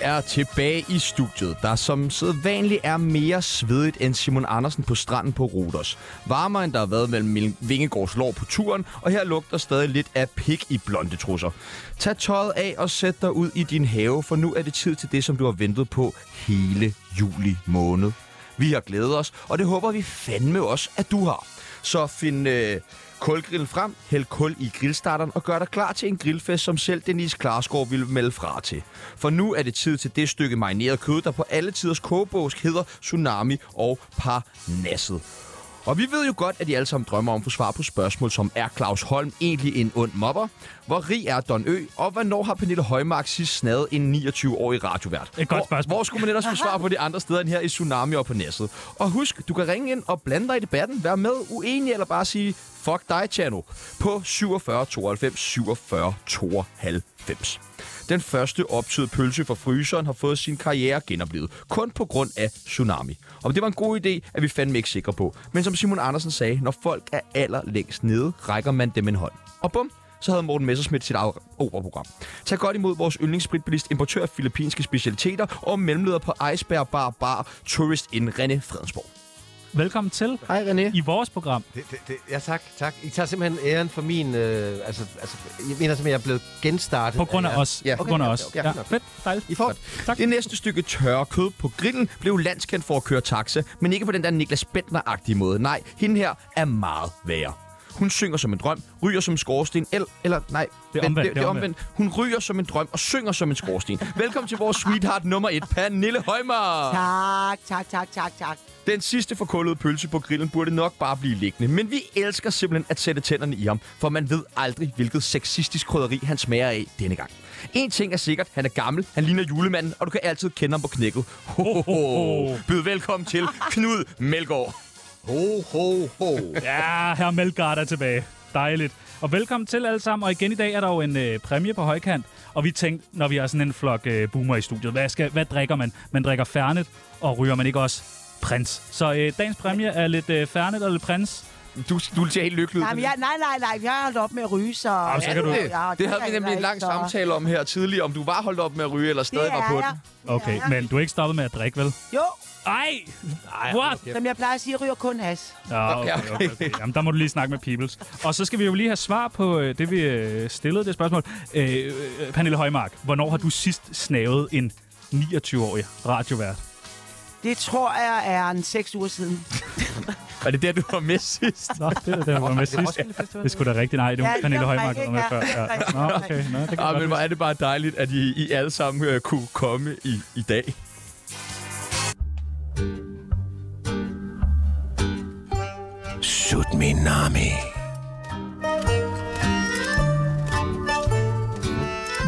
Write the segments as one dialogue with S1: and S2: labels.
S1: er tilbage i studiet, der som sædvanligt er mere svedigt end Simon Andersen på stranden på Rodos. Varmere end der har været mellem Vingegårds lår på turen, og her lugter stadig lidt af pik i blonde trusser. Tag tøjet af og sæt dig ud i din have, for nu er det tid til det, som du har ventet på hele juli måned. Vi har glædet os, og det håber vi fandme også, at du har. Så find øh, kulgrillen frem, hæld kul i grillstarteren og gør dig klar til en grillfest, som selv Denise Klarsgaard ville melde fra til. For nu er det tid til det stykke marineret kød, der på alle tiders kogebogsk hedder Tsunami og Parnasset. Og vi ved jo godt, at I alle sammen drømmer om at få svar på spørgsmål som, er Claus Holm egentlig en ond mobber? Hvor rig er Don Ø? Og hvornår har Pernille Højmark sidst snadet en 29-årig radiovært?
S2: Et godt
S1: Hvor-
S2: spørgsmål.
S1: Hvor skulle man ellers få svar på det andre steder end her i Tsunami og på Næsset? Og husk, du kan ringe ind og blande dig i debatten. Vær med, uenig eller bare sige, fuck dig, Tjano, på 47 92 47 92. Den første optøede pølse fra fryseren har fået sin karriere genoplevet, kun på grund af tsunami. Om det var en god idé, er vi fandme ikke sikre på. Men som Simon Andersen sagde, når folk er allerlængst nede, rækker man dem en hånd. Og bum, så havde Morten Messerschmidt sit eget operaprogram. Tag godt imod vores yndlingsspritbilist, importør af filippinske specialiteter og mellemleder på Iceberg Bar Bar, Tourist in René Fredensborg.
S2: Velkommen til
S1: Hej René.
S2: i vores program.
S3: Det, det, det, ja, tak, tak. I tager simpelthen æren for min... Øh, altså, altså, jeg mener simpelthen, jeg er blevet genstartet.
S2: På grund af
S3: jer.
S2: os.
S1: Ja.
S2: På grund af
S3: Okay,
S2: os.
S3: okay, okay.
S2: Ja, fedt. Dejligt.
S3: I får...
S2: Tak.
S1: Det næste stykke tørre kød på grillen blev landskendt for at køre taxa, men ikke på den der Niklas Bentner-agtige måde. Nej, hende her er meget værre. Hun synger som en drøm, ryger som en skorsten, el, eller nej,
S2: Det er
S1: vent,
S2: omvendt,
S1: det, det er omvendt. Hun ryger som en drøm og synger som en skorsten. Velkommen til vores sweetheart nummer et, Pernille Højmer.
S4: Tak, tak, tak, tak, tak.
S1: Den sidste forkullede pølse på grillen burde nok bare blive liggende, men vi elsker simpelthen at sætte tænderne i ham, for man ved aldrig, hvilket sexistisk krydderi han smager af denne gang. En ting er sikkert, han er gammel, han ligner julemanden, og du kan altid kende ham på knækket. Ho, ho, ho. Byd velkommen til Knud Melgaard. Ho, ho, ho.
S2: Ja, her Melgaard er tilbage. Dejligt. Og velkommen til alle sammen. Og igen i dag er der jo en øh, præmie på højkant. Og vi tænkte, når vi har sådan en flok øh, boomer i studiet, hvad, skal, hvad drikker man? Man drikker fernet, og ryger man ikke også prins. Så øh, dagens præmie er lidt øh, fernet og lidt prins.
S1: Du, du ser helt lykkelig ud.
S4: Nej, men jeg, nej, nej, nej, jeg har holdt op med at ryge, så... Jamen,
S2: så kan du-
S1: Det havde vi nemlig en lang samtale om her tidligere, om du var holdt op med at ryge, eller stadig var på den.
S2: Okay, men du er ikke stoppet med at drikke, vel?
S4: Jo,
S2: Ej! What?
S4: som jeg plejer at sige, jeg ryger kun has.
S2: Ja, okay, okay, okay. Jamen, der må du lige snakke med Peoples. Og så skal vi jo lige have svar på øh, det, vi øh, stillede, det spørgsmål. Øh, øh, Pernille Højmark, hvornår har du sidst snavet en 29-årig radiovært?
S4: Det tror jeg er en seks uger siden.
S1: Var det der, du var med sidst?
S2: Nå, det er det, der var med sidst. Det skulle da rigtigt. Nej, det var
S4: Ja, det
S2: Pernille
S4: var
S2: Højmark, der
S4: ikke,
S2: var med før. Ja.
S4: ja.
S2: Nå, okay. Nå, det kan
S1: Ah,
S2: jeg
S1: men
S2: godt
S1: hvor er det bare dejligt, at I, I alle sammen øh, kunne komme i, i dag.
S3: Sut min nami.
S2: lide.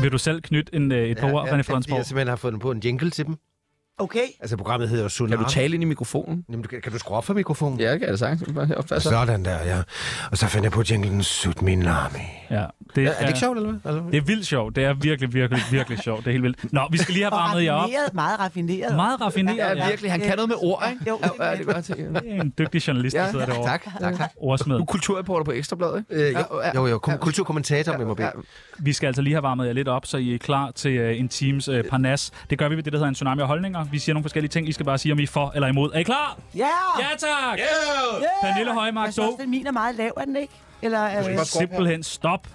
S2: Vil du selv knytte en, øh, et par ord, René Fredensborg?
S3: Jeg simpelthen har fundet på en jingle til dem.
S4: Okay?
S3: Altså, programmet hedder jo Tsunami.
S1: Kan du tale ind i mikrofonen?
S3: Jamen, du kan, kan du skrue op for mikrofonen?
S1: Ja, det kan jeg da sagtens. Bare heroppe, altså.
S3: Sådan der, ja. Og så fandt jeg på jinglen Sut min nami.
S2: Ja,
S3: Er, er det ikke sjovt, eller hvad? Altså,
S2: Det er vildt sjovt. Det er virkelig, virkelig, virkelig sjovt. Det er helt vildt. Nå, vi skal lige have
S4: Og
S2: varmet jer op.
S4: raffineret, meget raffineret.
S2: Meget raffineret.
S1: Ja, virkelig. Han kan noget med ord, ikke?
S4: Jo,
S1: ja, ja, det er godt.
S2: Det er En dygtig journalist, der sidder derovre.
S3: Altså, tak, tak, tak.
S2: Ordsmed.
S1: Du er kulturreporter på Ekstrabladet, ikke?
S3: Øh, jo, jo, jo, kom, kulturkommentator med mig. Ja,
S2: Vi skal altså lige have varmet jer lidt op, så I er klar til øh, en teams øh, parnas. Det gør vi ved det, der hedder en tsunami af holdninger. Vi siger nogle forskellige ting. I skal bare sige, om I er for eller imod. Er I klar?
S4: Ja!
S2: Ja, tak! Yeah.
S4: ja.
S2: Pernille Højmark,
S4: Jeg synes også,
S2: dog.
S4: den min er meget lav, er den ikke? Eller, øh,
S2: Simpelthen stop.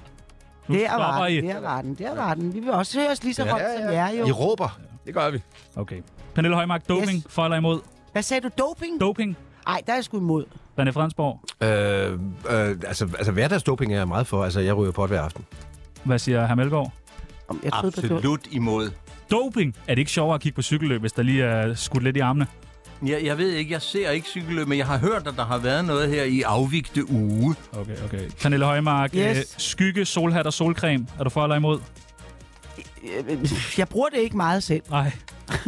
S2: Nu
S4: der
S2: stopper
S4: var
S2: I.
S4: den, der var den, der var den. Vi vil også høre os lige så
S3: Ja,
S4: godt som jer, jo.
S3: I råber.
S1: Det gør vi.
S2: Okay. Pernille Højmark, doping. Yes. For eller imod?
S4: Hvad sagde du? Doping?
S2: Doping.
S4: Nej, der er jeg sgu imod.
S2: René Fransborg.
S3: Øh, øh, altså, altså hverdagsdoping er jeg meget for. Altså, jeg ryger pot hver aften.
S2: Hvad siger hr. Melgaard?
S4: Om Jeg troede på det.
S5: Absolut imod.
S2: Doping. Er det ikke sjovere at kigge på cykelløb, hvis der lige er skudt lidt i armene?
S5: Jeg, jeg ved ikke, jeg ser ikke cykelløb, men jeg har hørt, at der har været noget her i afvigte uge.
S2: Okay, okay. Pernille Højmark,
S4: Yes.
S2: øh, skygge, solhat og solcreme. Er du for eller imod?
S4: Øh, Jeg bruger det ikke meget selv,
S2: Nej,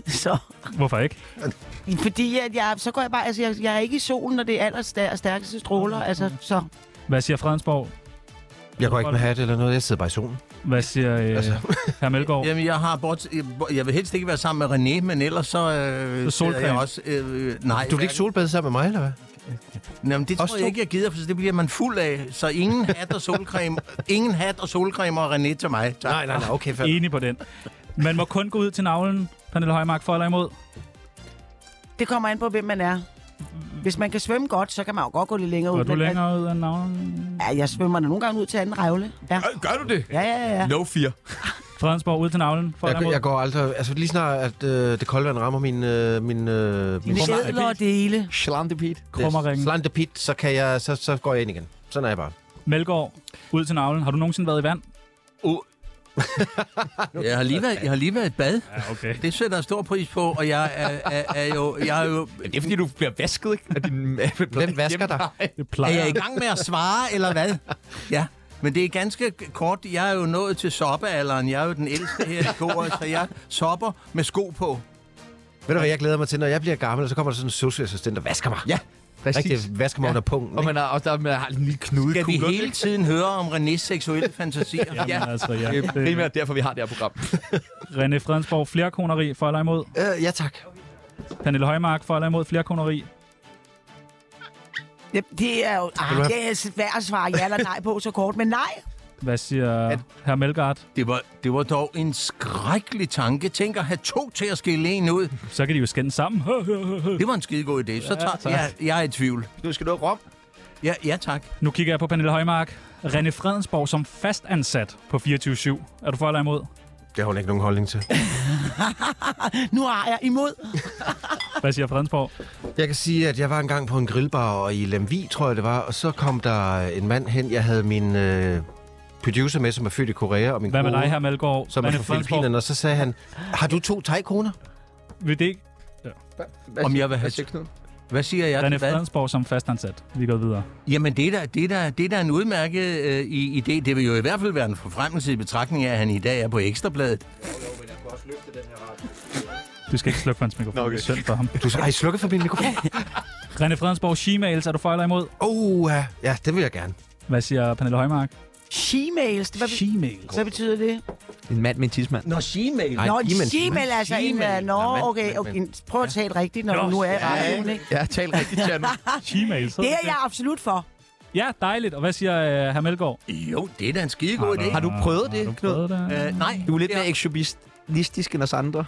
S4: så...
S2: hvorfor ikke?
S4: Fordi at jeg, så går jeg bare, altså jeg, jeg er ikke i solen, når det er allerstærkeste stråler, altså så...
S2: Hvad siger Fredensborg?
S3: Jeg går ikke med hat eller noget. Jeg sidder bare i solen.
S2: Hvad siger øh,
S3: Altså.
S2: hr. Melgaard?
S5: Jamen, jeg har bort, jeg vil helst ikke være sammen med René, men ellers så... Øh,
S2: Så solcreme.
S5: sidder Jeg også, øh, nej,
S3: Du vil ikke solbade sammen med mig, eller hvad?
S5: Jamen, det
S3: Også
S5: tror jeg
S3: to?
S5: ikke, jeg gider, for det bliver man fuld af. Så ingen hat og solcreme, ingen hat og solcreme og René til mig. Tak.
S3: nej, nej. Okay, fair.
S2: Enig på den. Man må kun gå ud til navlen Pernille Højmark, for eller imod?
S4: Det kommer an på, hvem man er. Hvis man kan svømme godt, så kan man jo godt gå lidt længere ud.
S2: Går du
S4: men-
S2: længere ud end navnet?
S4: Ja, jeg svømmer da nogle gange ud til anden revle. Ja,
S1: Øh, Gør du det?
S4: ja, ja. ja.
S1: No fear.
S2: Fredensborg, ud til navlen, for eller
S3: Jeg,
S2: imod?
S3: jeg går aldrig... Altså, lige snart, at øh, det kolde vand rammer min... Øh, min, øh, min
S4: Mine ædlere dele.
S1: Schlantepit.
S2: Krummerringen.
S3: slante pit, så, kan jeg, så, så går jeg ind igen. Sådan er jeg bare.
S2: Melgaard, ud til navlen. Har du nogensinde været i vand?
S5: Uh. jeg, har lige været, jeg har lige været i bad.
S2: Ja, okay.
S5: Det sætter jeg stor pris på, og jeg er, er, er jo... Jeg er jo
S1: Men det er, fordi du bliver vasket, ikke? Af din
S3: Hvem vasker dig?
S2: Det
S5: er
S2: plejer.
S5: jeg i gang med at svare, eller hvad? Ja, men det er ganske kort. Jeg er jo nået til soppealderen. Jeg er jo den ældste her i koret, så jeg sopper med sko på.
S3: Ved du hvad, jeg glæder mig til, når jeg bliver gammel, så kommer der sådan en socioassistent og vasker mig.
S5: Ja,
S1: Præcis.
S3: Rigtig vasker mig ja. under pungen.
S1: Og
S3: ikke?
S1: man har, og der, man har en lille knude.
S5: Skal vi hele tiden høre om Renés seksuelle fantasier?
S2: Jamen, altså, ja.
S1: Det er primært derfor, vi har det her program.
S2: René Fredensborg, flerkoneri, for eller imod?
S3: Øh, ja, tak.
S2: Pernille Højmark, for eller imod flerkoneri?
S4: Ja, det er jo ah, det er svært at svare ja eller nej på så kort, men nej.
S2: Hvad siger At... herr Melgaard?
S5: Det var, det var dog en skrækkelig tanke. Tænk at have to til at skille en ud.
S2: Så kan de jo skændes sammen.
S5: Det var en skidegod idé. Så tager,
S2: tak.
S5: jeg, jeg er i tvivl.
S1: Nu skal du have rom.
S5: Ja, ja tak.
S2: nu kigger jeg på Pernille Højmark. René Fredensborg som fastansat på 24-7. Er du for eller imod?
S3: Det har hun ikke nogen holdning til.
S4: Nu har jeg imod.
S2: Hvad siger Fredensborg?
S3: Jeg kan sige, at jeg var engang på en grillbar og i Lemvi, tror jeg det var, og så kom der en mand hen. Jeg havde min øh, producer med, som er født i Korea, og min
S2: Hvad med
S3: kone,
S2: dig, herr Melgaard?
S3: som er fra Filippinerne, og så sagde han, har du to tegkoner?
S2: Vil det ikke?
S5: Om jeg vil have-
S1: Hvad
S5: Hvad siger jeg?
S2: René
S5: til hvad?
S2: Fredensborg som fastansat. Vi går videre.
S5: Jamen, det er da, det er da, det er da en udmærket øh, i, idé. Det vil jo i hvert fald være en forfremmelse i betragtning af, at han i dag er på Ekstrabladet.
S2: Du skal ikke slukke for hans mikrofon.
S1: Nå, okay.
S2: Det er synd for ham.
S3: Du har I slukket for min mikrofon?
S2: René Fredensborg, shemales. Er du for eller imod?
S3: Oh, ja. ja, det vil jeg gerne.
S2: Hvad siger Pernille Højmark?
S4: She-mails, det- hvad, be-
S2: Shemales.
S4: hvad betyder det?
S1: En mand med en tidsmand.
S5: Nå, Gmail.
S3: Ej,
S4: Nå,
S3: Gmail.
S4: en she-mail altså en...
S5: Gmail.
S4: Nå,
S3: Ja, men-
S4: okay,
S3: men-
S4: okay.
S3: men-
S4: Prøv at tale rigtigt, når du nu er i radioen, ikke?
S1: Ja, tal rigtigt, Tjerno.
S2: Shemales.
S4: Det er jeg absolut for.
S2: Ja, dejligt. Og hvad siger uh, herr Melgaard?
S5: Jo, det er da en skidegod idé.
S1: Har du prøvet det,
S2: Har du
S1: Knud?
S2: prøvet det?
S5: Øh, nej,
S1: Du er lidt
S5: det
S1: mere ekshibitionistisk end os andre.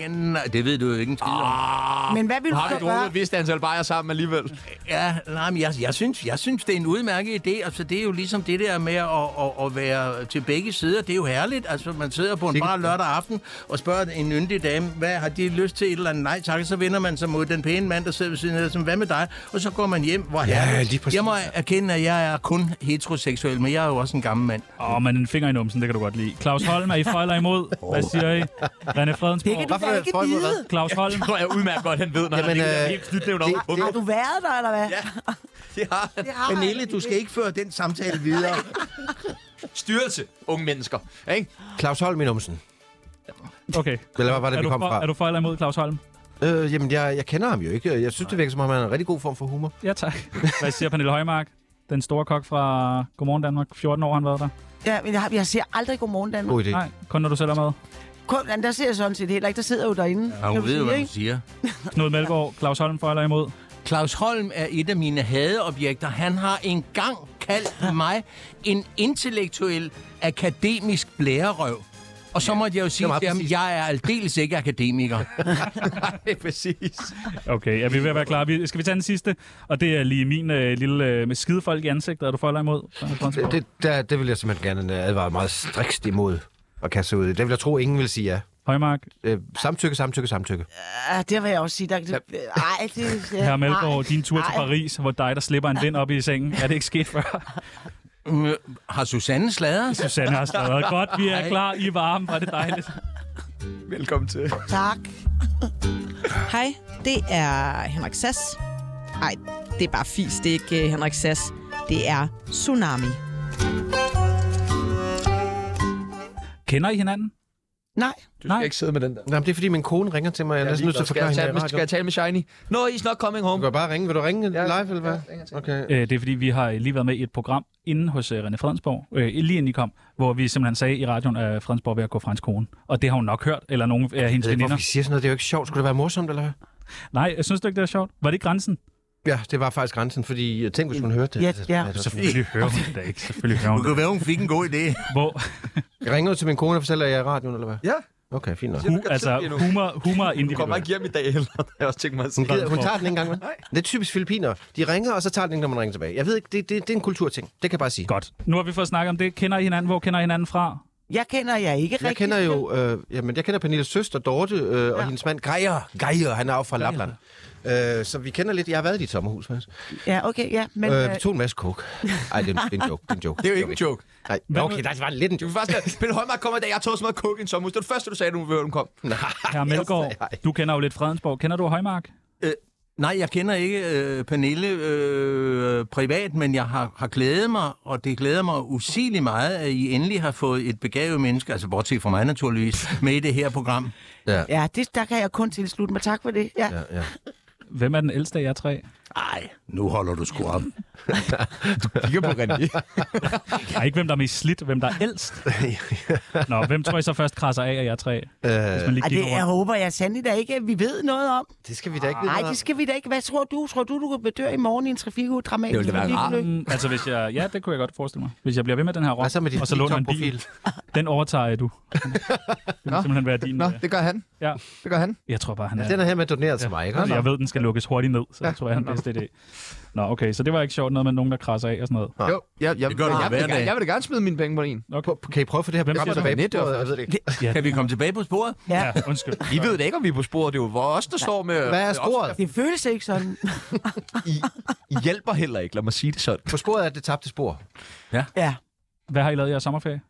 S5: Ja, nej, det ved du jo ikke en skid om.
S1: Ah.
S4: Men hvad vil du så gøre?
S1: vidst, at han bare er sammen alligevel?
S5: Ja, nej, men jeg, jeg, synes, jeg synes, det er en udmærket idé. Altså, det er jo ligesom det der med at, at, at være til begge sider. Det er jo herligt. Altså, man sidder på en bar lørdag aften og spørger en yndig dame, hvad har de lyst til et eller andet? Nej, tak. Så vender man sig mod den pæne mand, der sidder ved siden af, som, hvad med dig? Og så går man hjem, hvor
S3: Ja,
S5: herligt.
S3: lige præcis.
S5: Jeg må erkende, at jeg er kun heteroseksuel, men jeg er jo også en gammel mand.
S2: Åh, oh, men en finger i numsen, det kan du godt lide. Claus Holm, er I for eller imod? Hvad siger I? René
S4: Det kan
S2: Fredensborg.
S4: du da ikke vide.
S2: Claus Holm.
S1: tror jeg udmærket godt, han ved, når
S3: Jamen,
S1: ligger der
S3: øh,
S1: knytnæven
S3: det-
S1: oppe på
S4: Har
S1: mig.
S4: du været der, eller hvad? Ja,
S1: Det har han.
S4: det har jeg.
S5: Pernille, du skal ikke føre den samtale videre.
S1: Styrelse, unge mennesker. Ikke?
S3: Claus Holm i numsen.
S2: Okay.
S3: Eller hvad var det,
S2: Er
S3: vi
S2: du,
S3: kom
S2: for,
S3: fra?
S2: er du for eller imod, Claus Holm?
S3: Øh, jamen, jeg, jeg kender ham jo ikke. Jeg synes, det virker som om, han har en rigtig god form for humor.
S2: Ja, tak. Hvad siger Pernille Højmark? Den store kok fra Godmorgen Danmark. 14 år har han været der.
S4: Ja, men jeg, har- jeg ser aldrig Godmorgen Danmark.
S3: God idé.
S2: Nej, kun når du selv er med.
S4: Kun, men der ser jeg sådan set heller ikke. Der sidder jo derinde.
S5: Ja, hun
S4: kan du
S5: ved jo,
S4: sige,
S5: hvad hun
S4: ikke?
S5: siger.
S2: Knud Melgaard, Claus Holm for eller imod.
S5: Claus Holm er et af mine hadeobjekter. Han har engang kaldt mig en intellektuel akademisk blærerøv. Og så måtte jeg jo sige
S3: meget
S5: til ham,
S3: præcist.
S5: jeg er aldeles ikke akademiker.
S1: Nej, præcis.
S2: Okay, er vi ved at være klar? Vi, skal vi tage den sidste? Og det er lige min øh, lille øh, med skidefolk i ansigtet. Er du for eller imod? René
S3: Det,
S2: Fredensborg?
S3: det, der, det vil jeg simpelthen gerne øh, advare meget strikst imod at kaste sig ud i. Det vil jeg tro, ingen vil sige ja.
S2: Højmark,
S3: Øh, samtykke, samtykke, samtykke.
S4: Ja, det vil jeg også sige. Der, det, ej, det... ja,
S2: herre Melgaard,
S4: nej.
S2: din tur til
S4: Nej.
S2: Paris, hvor dig, der slipper en vind op i sengen. Er det ikke sket før?
S5: Mm, har Susanne sladret?
S2: Susanne har stadig godt. Vi er
S5: Ej.
S2: klar i varmen. Var det dejligt.
S1: Velkommen til.
S4: Tak.
S6: Hej, det er Henrik Sass. Nej, det er bare fis, det er ikke øh, Henrik Sass. Det er Tsunami.
S2: Kender I hinanden?
S4: Nej.
S1: Du
S2: Nej.
S1: skal ikke sidde med den der.
S3: Jamen, det er, fordi min kone ringer til mig. Jeg er næsten nødt til at
S1: skal,
S3: forklare
S1: jeg
S3: hende
S1: tale med,
S3: det i
S1: skal jeg
S3: radioen.
S1: tale med Shiny? No, he's not coming
S3: Du
S1: home.
S3: kan bare ringe. Vil du ringe live, eller hvad? Okay.
S2: Øh, det er fordi, vi har øh, lige været med i et program inde hos øh, René Fredensborg, øh, lige inden I kom, hvor vi simpelthen sagde i radioen, at Fredensborg er ved at gå fra hans kone. Og det har hun nok hørt, eller nogen af hendes
S3: Jeg ved ikke,
S2: veninder.
S3: hvorfor vi siger sådan noget. Det er jo ikke sjovt. Skulle det være morsomt, eller hvad?
S2: Nej, jeg synes du ikke, det er sjovt? Var det grænsen?
S3: Ja, det var faktisk grænsen, fordi øh, tænk, hvis hun hørte det.
S4: Ja,
S3: Altså,
S4: ja.
S3: altså,
S2: Selvfølgelig hører hun det da ikke. Selvfølgelig hører
S5: Du
S2: hun det.
S5: kan være, hun fik en god idé.
S2: Hvor,
S3: Jeg ringer ud til min kone og fortæller, at jeg er i radioen, eller hvad?
S1: Ja.
S3: Okay, fint nok.
S2: Hu, altså humor, humor
S1: Du
S2: er
S1: kommer ikke
S2: individuelt.
S1: hjem i dag heller, har jeg også tænkt mig at
S3: Hun,
S1: sige.
S3: gider, hun tager den ikke engang med. Det er typisk filipiner. De ringer, og så tager den ikke, når man ringer tilbage. Jeg ved ikke, det, det, det er en kulturting. Det kan jeg bare sige.
S2: Godt. Nu har vi fået snakket om det. Kender I hinanden? Hvor kender I hinanden fra?
S4: Jeg kender jer ikke
S3: Jeg
S4: rigtig.
S3: kender jo, øh, jamen, jeg kender Pernilles søster, Dorte, øh, ja. og hendes mand, Geier. Geier, han er jo fra Lapland. Øh, så vi kender lidt. Jeg har været i dit sommerhus, faktisk.
S4: Ja, okay, ja. Men,
S3: Øh,
S4: øh,
S3: vi tog en masse coke. Ej, det er en, det er en joke. Det er en joke.
S1: Det er jo ikke en joke.
S3: Nej,
S2: Hvad
S3: okay,
S2: med-
S3: der var lidt en joke.
S1: Du faktisk, Pelle Højmark kommer i dag, jeg har taget så meget coke i en sommerhus. Det var det første, du sagde, du hun kom.
S2: Herre Melgaard, du kender jo lidt Fredensborg. Kender du Højmark?
S5: Øh, Nej, jeg kender ikke øh, Pernille øh, privat, men jeg har, har glædet mig, og det glæder mig usigeligt meget, at I endelig har fået et begavet menneske, altså bortset fra mig naturligvis, med i det her program.
S4: ja, det, der kan jeg kun tilslutte mig. Tak for det. Ja.
S3: Ja, ja.
S2: Hvem er den ældste af jer tre?
S5: Nej, nu holder du sgu op.
S1: Kigger på René.
S2: Nej, ikke hvem der er mest slidt, hvem der er ældst. Nå, hvem tror I så først krasser af af jer
S1: Øh,
S2: tre? Hvis man lige
S4: Ej,
S2: kigger
S4: det, jeg
S2: rundt.
S4: håber jeg sandelig da ikke, at vi ved noget om.
S3: Det skal vi da ikke vide
S4: Nej,
S3: noget
S4: det skal vi da ikke. Hvad tror du? Tror du, du kan bedøre i morgen i en trafikuge? Dramatisk
S1: Det ville da være rart.
S4: trafikulykke?
S2: Mm, altså, hvis jeg... Ja, det kunne jeg godt forestille mig. Hvis jeg bliver ved med den her
S3: om. Hvad så med
S2: rock,
S3: dit
S2: og så låner en bil,
S3: TikTok-profil?
S2: den overtager jeg, du. Det vil simpelthen være din.
S1: Nå,
S2: øh,
S1: det gør han.
S2: Ja.
S1: Det gør han.
S2: Jeg tror bare, han er...
S3: Den er her med doneret til mig, ikke?
S2: Altså, jeg ved, den skal lukkes hurtigt ned, så jeg tror, jeg er den bedste idé. Nå, okay, så det var ikke sjovt noget med nogen, der krasser af og sådan noget.
S1: Jo, jeg, jeg,
S5: Det gør du
S1: jeg,
S5: hver
S1: jeg, vil,
S5: dag.
S1: gerne- jeg vil da gerne smide mine penge på en.
S2: Okay.
S3: På- Kan I prøve at få det her
S2: Hvem
S3: program
S2: siger
S3: tilbage?
S1: det?
S3: på sporet? Jeg ved det ikke.
S5: Kan vi komme tilbage på sporet?
S4: Ja.
S2: Ja, undskyld.
S1: Vi ved da ikke, om vi er på sporet. Det er jo hvor os, der står med...
S3: Hvad er sporet?
S4: Det føles ikke sådan.
S1: I, I hjælper heller ikke, lad mig sige det sådan.
S3: På sporet er det tabte spor.
S4: Ja.
S2: Hvad har I lavet i jeres sommerferie?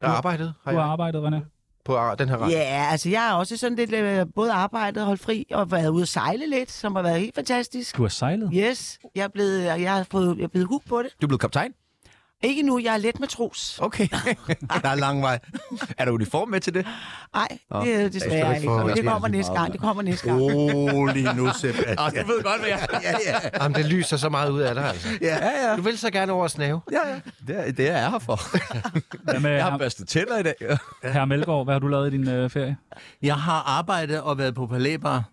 S3: Jeg har arbejdet har
S2: Du har
S3: jeg,
S2: arbejdet, René.
S3: på ah, den her radio.
S4: Ja, altså jeg har også sådan lidt øh, både arbejdet, holdt fri og været ude at sejle lidt, som har været helt fantastisk.
S2: Du har sejlet?
S4: Yes, jeg er blevet, øh, jeg har fået, jeg er blevet hooked på det.
S1: Du er blevet kaptajn?
S4: Ikke nu, jeg er let matros.
S1: Okay. der er lang vej. Er der uniform med til det?
S4: Nej, det er desværre
S3: ikke
S4: ikke.
S3: for-
S4: Men
S3: jeg
S4: Det
S3: skal
S4: kommer næste gang, det kommer næste gang.
S5: Rolig nu, Sebastian.
S1: ved godt, hvad jeg
S5: Ja, ja,
S3: Jamen, det lyser så meget ud af dig, altså.
S5: ja. ja.
S3: Du vil så gerne over at snave.
S1: ja, ja. Det er det, er jeg er her for.
S2: Hvad med
S1: Jeg har
S2: herre,
S1: børstet tænder i dag.
S2: herre Melgaard? Hvad har du lavet i din øh, ferie?
S5: Jeg har arbejdet og været på palæbar.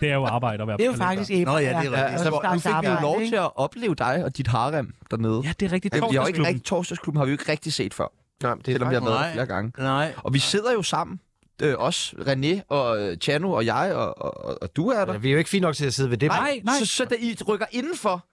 S2: Det er jo arbejde at være
S4: Det er jo
S2: på toilet.
S4: faktisk æble.
S5: Nå ja, det er rigtigt.
S4: Så
S1: Nu fik vi jo lov til at opleve dig og dit harem dernede.
S2: Ja, det er rigtigt.
S1: Vi har jo ikke
S2: Torsdagsklubben.
S1: rigtig, torsdagsklubben har vi jo ikke rigtig set før,
S3: Nej, det
S1: selvom vi har
S3: faktisk-
S1: været
S5: Nej.
S1: flere gange.
S5: Nej,
S1: Og vi sidder jo sammen, øh, os, René og øh, Chano og jeg, og, og, og, og du er der.
S3: Ja, Vi er jo ikke fint nok til at sidde ved det.
S2: Nej, nej.
S1: Så, så da I rykker indenfor,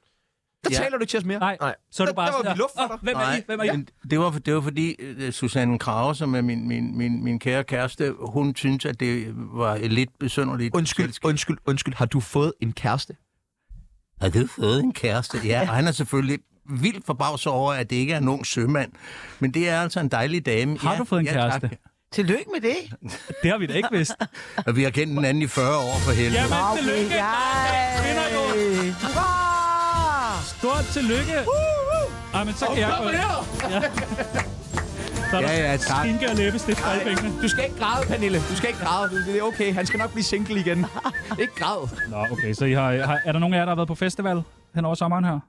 S1: der
S5: Ja.
S1: taler du ikke til os mere.
S2: Nej,
S3: Nej.
S2: så er du
S1: Der-
S2: bare
S1: der var
S2: sådan
S1: vi luft for
S2: "Åh,
S1: dig."
S2: Hvem er I? Hvem er I?
S5: men det var, det var fordi øh, Susanne Krave, som er min, min, min, min kære kæreste, hun synes, at det var et lidt besynderligt.
S1: Undskyld, undskyld, undskyld. Har du fået en kæreste?
S5: Har du fået en kæreste? Ja, og han er selvfølgelig vildt forbavset over, at det ikke er en ung sømand. Men det er altså en dejlig dame.
S2: Har
S5: ja,
S2: du fået en
S5: ja,
S2: kæreste?
S5: Tak.
S4: Tillykke med det.
S2: Det har vi da ikke vidst.
S5: Og vi har kendt hinanden i 40 år for helvede.
S2: Jamen, tillykke. Kvinder, du.
S4: Hurra!
S2: Stort tillykke. Ej, men så kan jeg gå. Ja. Så er der
S5: Ja, ja, tak.
S2: skinke og læbestift fra i pengene.
S1: Du skal ikke græde, Pernille. Du skal ikke græde. Du- Det er okay. Han skal nok blive single igen. ikke græd.
S2: Nå, okay, så I har, har, er der nogen af jer, der har været på festival hen over sommeren her?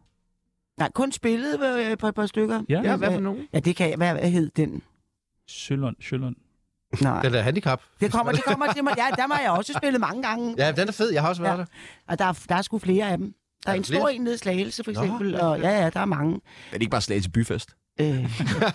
S4: Nej, kun spillet øh, på et par stykker.
S2: Ja.
S1: Ja, hvad for nogen?
S4: Ja, det kan jeg. Hvad, hvad hed den?
S2: Sjølund, Sjølund.
S4: Nej.
S3: Den der handicap.
S4: Det kommer, det kommer til mig. Ja, der har jeg også spillet mange gange.
S3: Ja, den er fed. Jeg har også været
S4: Ja.
S3: der.
S4: Og der er, der er sgu flere af dem. Der er,
S3: Er
S4: en
S3: der flere?
S4: stor en nede i Slagelse, for eksempel. Og, ja, ja, der er mange.
S1: Det er ikke bare slag til byfest.
S4: Øh. Nå, der
S3: er-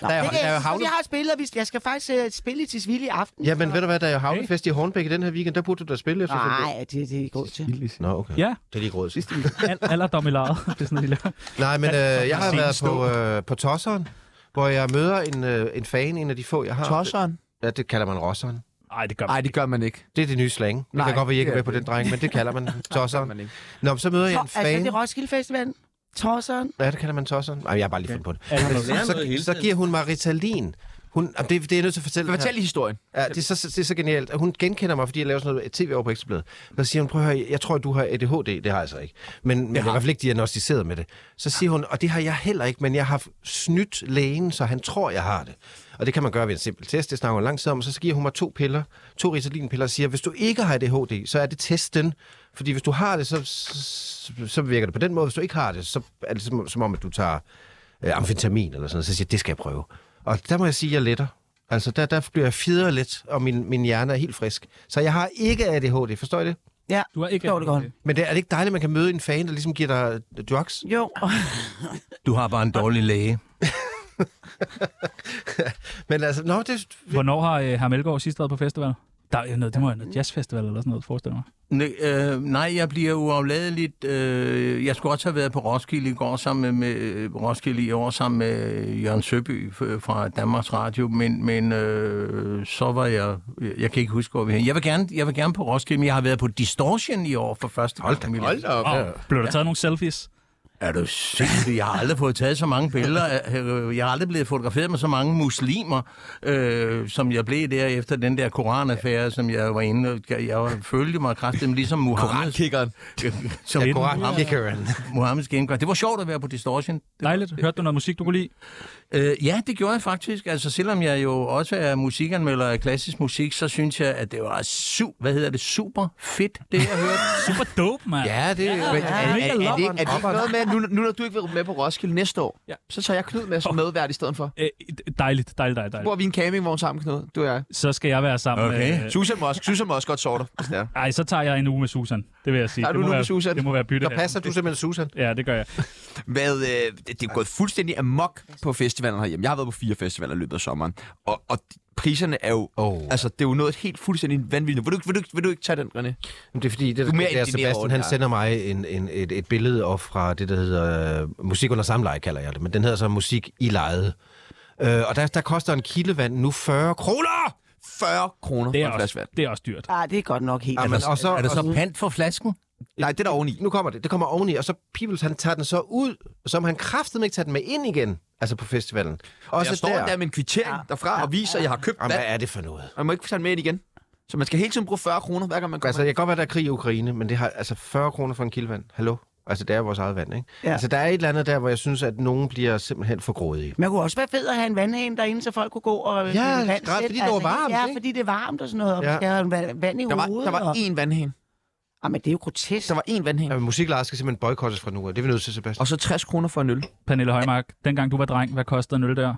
S3: der er jo havne-
S4: Jeg har spillet, og vi- jeg skal faktisk øh, spille til Tisvilde i aften.
S3: Jamen, ved du hvad, der er jo havnefest i Hornbæk i den her weekend. Der burde du da spille efter.
S4: Nej, det, det er ikke godt til.
S3: Nå, okay.
S2: Ja,
S3: Det er lige råd. Sidste
S2: al, alderdom i lejet. Det er sådan, de laver.
S3: Nej, men øh, jeg har været på, øh, på Tosseren, hvor jeg møder en, øh, en fan, en af de få, jeg har.
S1: Tosseren?
S3: Ja, det kalder man Rosseren.
S2: Ej, det gør
S1: Nej, det gør man ikke.
S3: Det er det nye slang. Det
S1: Nej,
S3: kan godt være, I ikke
S1: det
S3: er
S1: er
S3: med på den dreng, men det kalder man
S1: gør
S3: Tosseren.
S1: man ikke.
S3: Nå, men så møder jeg en
S4: Tor- altså,
S3: fan.
S4: det er Roskilde Festival. Tosseren.
S3: Ja, det kalder man Tosseren. Ej, jeg har bare lige fundet på det.
S2: Er det noget?
S5: lærer noget hele
S3: Så, så
S5: tiden.
S3: giver hun mig Ritalin. Hun, jamen, det, det er jeg nødt til at fortælle.
S1: Fortæl lige historien.
S3: Ja, det er, så, det er så genialt. Hun genkender mig, fordi jeg laver sådan noget tv over på Ekstrabladet. Så siger hun, prøv at høre, jeg tror, at du har ADHD. Det har jeg så ikke. Men, men jeg er i hvert fald ikke diagnostiseret med det. Så siger hun, og det har jeg heller ikke, men jeg har snydt lægen, så han tror, jeg har det. Og det kan man gøre ved en simpel test. Det snakker hun langsomt om. Så giver hun mig to piller, to Ritalin-piller, og siger, hvis du ikke har ADHD, så er det testen. Fordi hvis du har det, så, så, så virker det på den måde. Hvis du ikke har det, så er det som, som om, at du tager øh, amfetamin eller sådan noget. Så siger jeg, det skal jeg prøve. Og der må jeg sige, at jeg letter. Altså, der, der bliver jeg fjedret lidt, og min, min hjerne er helt frisk. Så jeg har ikke ADHD, forstår I det?
S4: Ja,
S2: Du har ikke...
S4: forstår det godt.
S3: Men det, er det ikke dejligt, at man kan møde en fan, der ligesom giver dig drugs?
S4: Jo,
S5: Du har bare en dårlig læge.
S3: Men altså, nå, det,
S2: Hvornår har øh, Harm Elgaard sidst været på festival? Der er jo noget, det må være noget jazzfestival eller sådan noget, forestiller jeg mig.
S5: Nej, øh, nej, jeg bliver uafladeligt. Øh, jeg skulle også have været på Roskilde i går sammen med, med Roskilde i år sammen med øh, Jørgen Søby f- fra Danmarks Radio, men, men øh, så var jeg, jeg kan ikke huske, hvor vi er henne. Jeg vil gerne, jeg vil gerne på Roskilde, men jeg har været på Distortion i år for første gang. i mit liv.
S3: hold da altså. op.
S2: Og blev der taget nogle selfies?
S5: Er du sindssyg? Jeg har aldrig fået taget så mange billeder. Øh, Jeg har aldrig blevet fotograferet med så mange muslimer, øh, som jeg blev der efter den der Koranaffære, som jeg var inde. Jeg var- følte mig kraftigt ligesom Muhammed.
S1: Korankikkeren.
S5: Som
S3: Ja, Koran, ja. Karen.
S5: Mohammeds gennemgang. Det var sjovt at være på Distortion.
S2: Dejligt. Hørte du noget musik, du kunne lide?
S5: Øh, ja, det gjorde jeg faktisk. Altså, selvom jeg jo også er musikanmelder af klassisk musik, så synes jeg, at det var su- hvad hedder det? super fedt, det jeg hørte.
S2: Super dope, mand.
S3: Ja, det ja, men,
S2: er- mega
S3: er, er, det,
S2: loveren.
S3: ikke-
S7: Er det ikke noget med, at nu, nu når du ikke vil med på Roskilde næste år,
S2: Ja.
S7: ja. så tager jeg Knud med som medvært i stedet for?
S2: Øh, dejligt, dejligt, dejligt,
S7: Bor
S2: dejligt.
S7: vi i en campingvogn sammen, Knud? Du og jeg.
S2: Så skal jeg være sammen
S5: Okay.
S2: med...
S7: Susan må også, Susan må også godt sove dig, hvis det er.
S2: Ej, så tager jeg en uge med Susan. Det vil jeg sige.
S7: Tager
S2: det
S7: du
S2: må
S7: en uge
S2: være,
S7: med Susan?
S2: Det må være bytte.
S3: der passer du simpelthen Susan.
S2: Ja, det gør jeg.
S1: Hvad, øh, det det er gået fuldstændig amok på festivalen herhjemme. Jeg har været på fire festivaler i løbet af sommeren, og, og priserne er jo...
S3: Oh.
S1: Altså, det er jo noget helt fuldstændig vanvittigt. Vil du, ikke- vil du, ikke- vil du ikke tage den, René?
S3: Jamen, det er fordi, det,
S1: Du
S3: der,
S1: er mere
S3: det er
S1: indigneret over det
S3: Sebastian, han
S1: her.
S3: sender mig en, en, et, et billede op fra det, der hedder øh, Musik under samleje, kalder jeg det. Men den hedder så Musik i lejet. Øh, og der, der koster en kildevand nu 40 kroner!
S1: 40 kroner
S2: Det
S1: for
S2: er,
S1: en flaske
S2: også,
S1: vand.
S2: det er også dyrt.
S4: Ah, det er godt nok helt.
S3: Jamen,
S4: vildt.
S3: og Altså, så,
S5: Er der
S3: og
S5: så pant for flasken?
S1: Nej, det er der oveni.
S3: nu kommer det. Det kommer oveni, og så Peoples, han tager den så ud, og så må han kraftedeme ikke tage den med ind igen, altså på festivalen.
S1: Jeg står der med en kvittering derfra og viser, at jeg har købt
S3: Jamen, hvad
S1: vand.
S3: er det for noget?
S1: Man må ikke tage den med ind igen. Så man skal hele tiden bruge 40 kroner, hver gang man kommer
S3: Altså, jeg kan godt være, der er krig i Ukraine, men det har altså 40 kroner for en kildevand. Hallo? Altså, det er vores eget vand, ikke? Ja.
S4: Ja.
S3: Altså, der er et eller andet der, hvor jeg synes, at nogen bliver simpelthen for grådige.
S4: Man kunne også være fed at have en vandhane derinde, så folk kunne gå og... øh,
S3: Ja,
S4: hælde vand
S3: skræt,
S4: selv.
S3: fordi det var varmt,
S4: Ja,
S3: ikke?
S4: fordi det er varmt og sådan noget, og
S3: Ja.
S4: ja. man skal have vand, vand i
S1: Der var,
S4: hovedet.
S1: der var
S4: og...
S1: én vandhæn.
S4: Ah, men det er jo grotesk.
S1: Der var én vandhæn.
S3: Ja, men musiklejret skal simpelthen boykottes fra nu af. Det er vi nødt til, Sebastian.
S1: Og så 60 kroner for en øl.
S2: Pernille Højmark, dengang du var dreng, hvad kostede en øl der?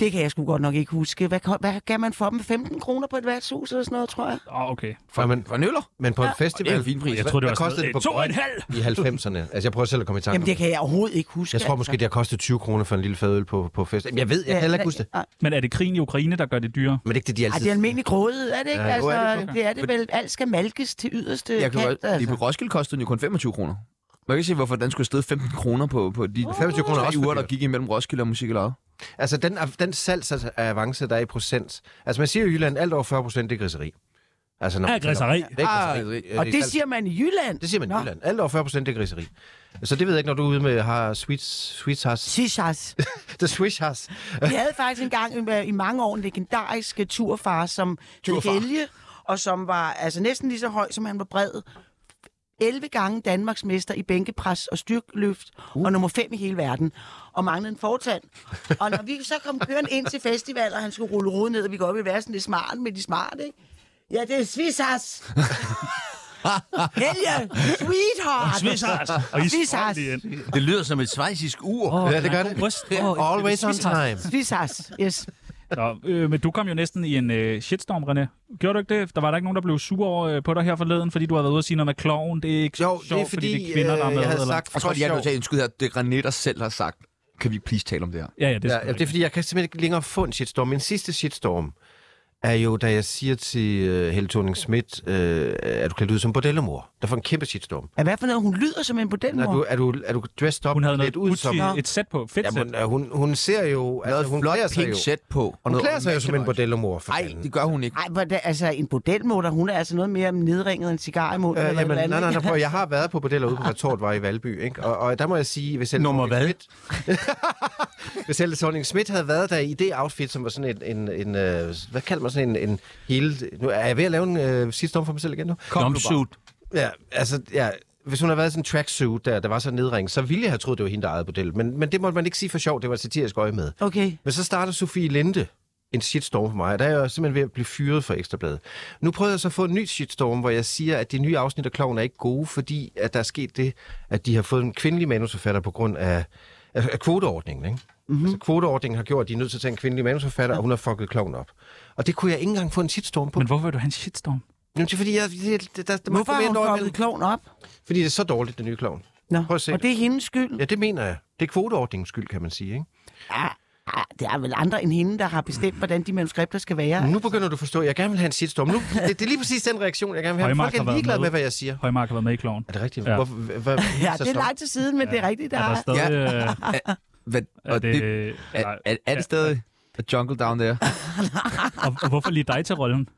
S4: Det kan jeg sgu godt nok ikke huske. Hvad, ko- hvad kan man få dem? 15 kroner på et værtshus eller sådan noget, tror jeg.
S2: Åh, oh, okay.
S3: For, men,
S1: For en øller?
S3: men på en festival...
S1: Det er en fin pris.
S2: Jeg tror, det var
S3: Hvad kostede
S2: sådan
S3: det på
S2: noget, øh, to og en
S3: Brøndby?
S2: halv.
S3: i 90'erne. Altså, jeg prøver selv at komme i tanke.
S4: Jamen, det kan jeg overhovedet ikke huske. Altså.
S3: Jeg tror måske, det har kostet 20 kroner for en lille fadøl på, på fest. Jamen, jeg ved, jeg kan heller ikke huske det.
S4: Ej,
S2: Men er det krigen i Ukraine, der gør det dyrere?
S3: Men det er ikke det, de
S4: Ej,
S3: altid...
S4: det er almindelig grådighed, er det ikke?
S3: Ja,
S4: Ja,
S3: jo,
S4: altså,
S3: er
S4: det, det er det vel. Alt skal malkes til yderste
S1: Jeg kan
S4: kant,
S1: godt, lige
S4: altså.
S1: på Roskilde kostede den jo kun 25 kroner. Man kan ikke se, hvorfor den skulle stede 15 kroner på, på de
S3: 25 kroner er
S1: tre
S3: også
S1: uger,
S3: for
S1: der
S3: dyrt.
S1: gik imellem Roskilde og musik og Lade.
S3: Altså, den, den salgsavance, der er i procent... Altså, man siger jo i Jylland, alt over 40 procent, det er griseri. Altså, når,
S2: Ja, griseri.
S3: Det er ikke griseri. Øh,
S4: Og
S3: er
S4: det
S3: salg-
S4: siger man i Jylland.
S3: Det siger man i
S4: Nå.
S3: Jylland. Alt over 40 procent, det er griseri. Så det ved jeg ikke, når du er ude med har sweets, sweets has.
S4: Sishas.
S3: The swish has.
S4: Vi havde faktisk engang i- i mange år en legendarisk øh, turfar, som hed Helge, og som var altså næsten lige så høj, som han var bred. 11 gange Danmarksmester i bænkepres og styrkløft, uh. og nummer 5 i hele verden, og manglede en fortand. og når vi så kom kørende ind til festival, og han skulle rulle roden ned, og vi går op i værsen, det er smart med de smarte, ikke? Ja, det er Swissas! Helge! Sweetheart!
S2: Svissers. Og I
S4: Svissers.
S2: sprang lige ind.
S5: Det lyder som et svejsisk ur.
S2: Åh,
S3: Ja, det gør
S2: nej,
S3: det.
S2: god bryst. Åh,
S3: Always on
S2: Svissers.
S3: time.
S4: Swissas, yes.
S2: Nå, øh, men du kom jo næsten i en øh, shitstorm, René. Gjorde du ikke det? Der var der ikke nogen, der blev sur over øh, på dig her forleden, fordi du havde været ude og sige noget med kloven. Det er ikke
S3: Jo,
S2: sjovt,
S3: det er fordi,
S2: det er kvinder, der er
S3: øh,
S2: med.
S3: jeg havde
S2: eller?
S3: sagt...
S1: Jeg tror,
S3: for
S1: de er nødt
S3: sjov.
S1: til en skud her. Det er René, der selv har sagt, kan vi please tale om det her?
S2: Ja, ja, det er,
S3: Ja, ja, det er fordi, jeg kan simpelthen ikke længere få en shitstorm. Min sidste shitstorm er jo, da jeg siger til uh, Helle thorning Schmidt, uh, er du klædt ud som bordellemor? Der får en kæmpe shitstorm.
S4: Ja, hvad for noget? Hun lyder som en
S3: Er
S4: bordelmor.
S3: du, er, du, er du dressed up
S2: Hun havde noget
S3: klædt ud som...
S2: uti, et sæt på. Fedt sæt.
S3: Jamen, øh, hun, hun ser jo... Altså, hun
S1: flot
S3: klæder sig
S1: pink
S3: jo,
S1: sæt på. Og
S3: hun klæder sig jo som en bordellemor, for
S1: Nej,
S3: fanden. Øh,
S1: det gør hun ikke.
S4: Ej, hvor det, altså, en bordelmutter, hun er altså noget mere nedringet end cigar i munden.
S3: Øh,
S4: eller
S3: jamen,
S4: hvad
S3: nej,
S4: det er,
S3: nej, nej,
S4: ikke?
S3: prøv, jeg har været på bordeller ude på Retortvej i Valby, ikke? Og, og der må jeg sige, hvis Helle
S5: Nummer hvad?
S3: Hvis Helle Thorning Schmidt havde været der i det outfit, som var sådan en, en, en øh, hvad kalder man sådan en, en hele... Nu er jeg ved at lave en øh, sidste om for mig selv igen nu.
S5: Jumpsuit.
S3: Ja, altså, ja, hvis hun havde været i sådan en tracksuit, der, der var så nedring, så ville jeg have troet, det var hende, der ejede bordellet. Men, men det måtte man ikke sige for sjov, det var et satirisk øje med.
S4: Okay.
S3: Men så starter Sofie Linde en shitstorm for mig, og der er jeg simpelthen ved at blive fyret for Ekstrabladet. Nu prøver jeg så at få en ny shitstorm, hvor jeg siger, at de nye afsnit af Kloven er ikke gode, fordi at der er sket det, at de har fået en kvindelig manusforfatter på grund af, af, af kvoteordningen. Ikke?
S4: Mhm.
S3: Mm-hmm. Altså, kvoteordningen har gjort, at de er nødt til at tage en kvindelig manusforfatter, og hun har fucket Kloven op. Og det kunne jeg ikke engang få en shitstorm på.
S2: Men
S3: Men...
S2: hvorfor vil du have en shitstorm?
S3: Jamen, det er fordi, jeg, det, det, der, der,
S4: Hvorfor har hun
S3: der,
S4: fucket kloven op?
S3: fordi det er så dårligt, den nye Kloven.
S4: Nå,
S3: Prøv at se
S4: og
S3: det.
S4: det er hendes skyld.
S3: Ja, det mener jeg. Det er kvoteordningens skyld, kan man sige. Ikke?
S4: Ja, ja, det er vel andre end hende, der har bestemt, hvordan de manuskripter skal være.
S3: Nu begynder du at forstå, at jeg gerne vil have en shitstorm. Nu, det, det er lige præcis den reaktion, jeg gerne vil have.
S2: Højmark
S3: Folk
S2: har
S3: er
S2: været
S3: ligeglade
S2: med.
S3: med, hvad jeg siger.
S2: Højmark har været med i Kloven.
S3: Er det rigtigt?
S2: Ja.
S3: Ja. Hvorfor, hvad,
S4: Ja, det er langt til siden, men det er rigtigt, der
S2: Er der stadig...
S4: er...
S2: Ja.
S7: Hvad,
S2: Er
S7: og
S2: det,
S7: det, er,
S2: nej.
S7: er, er det stadig a jungle down there?
S2: Og, og hvorfor lige dig til rollen?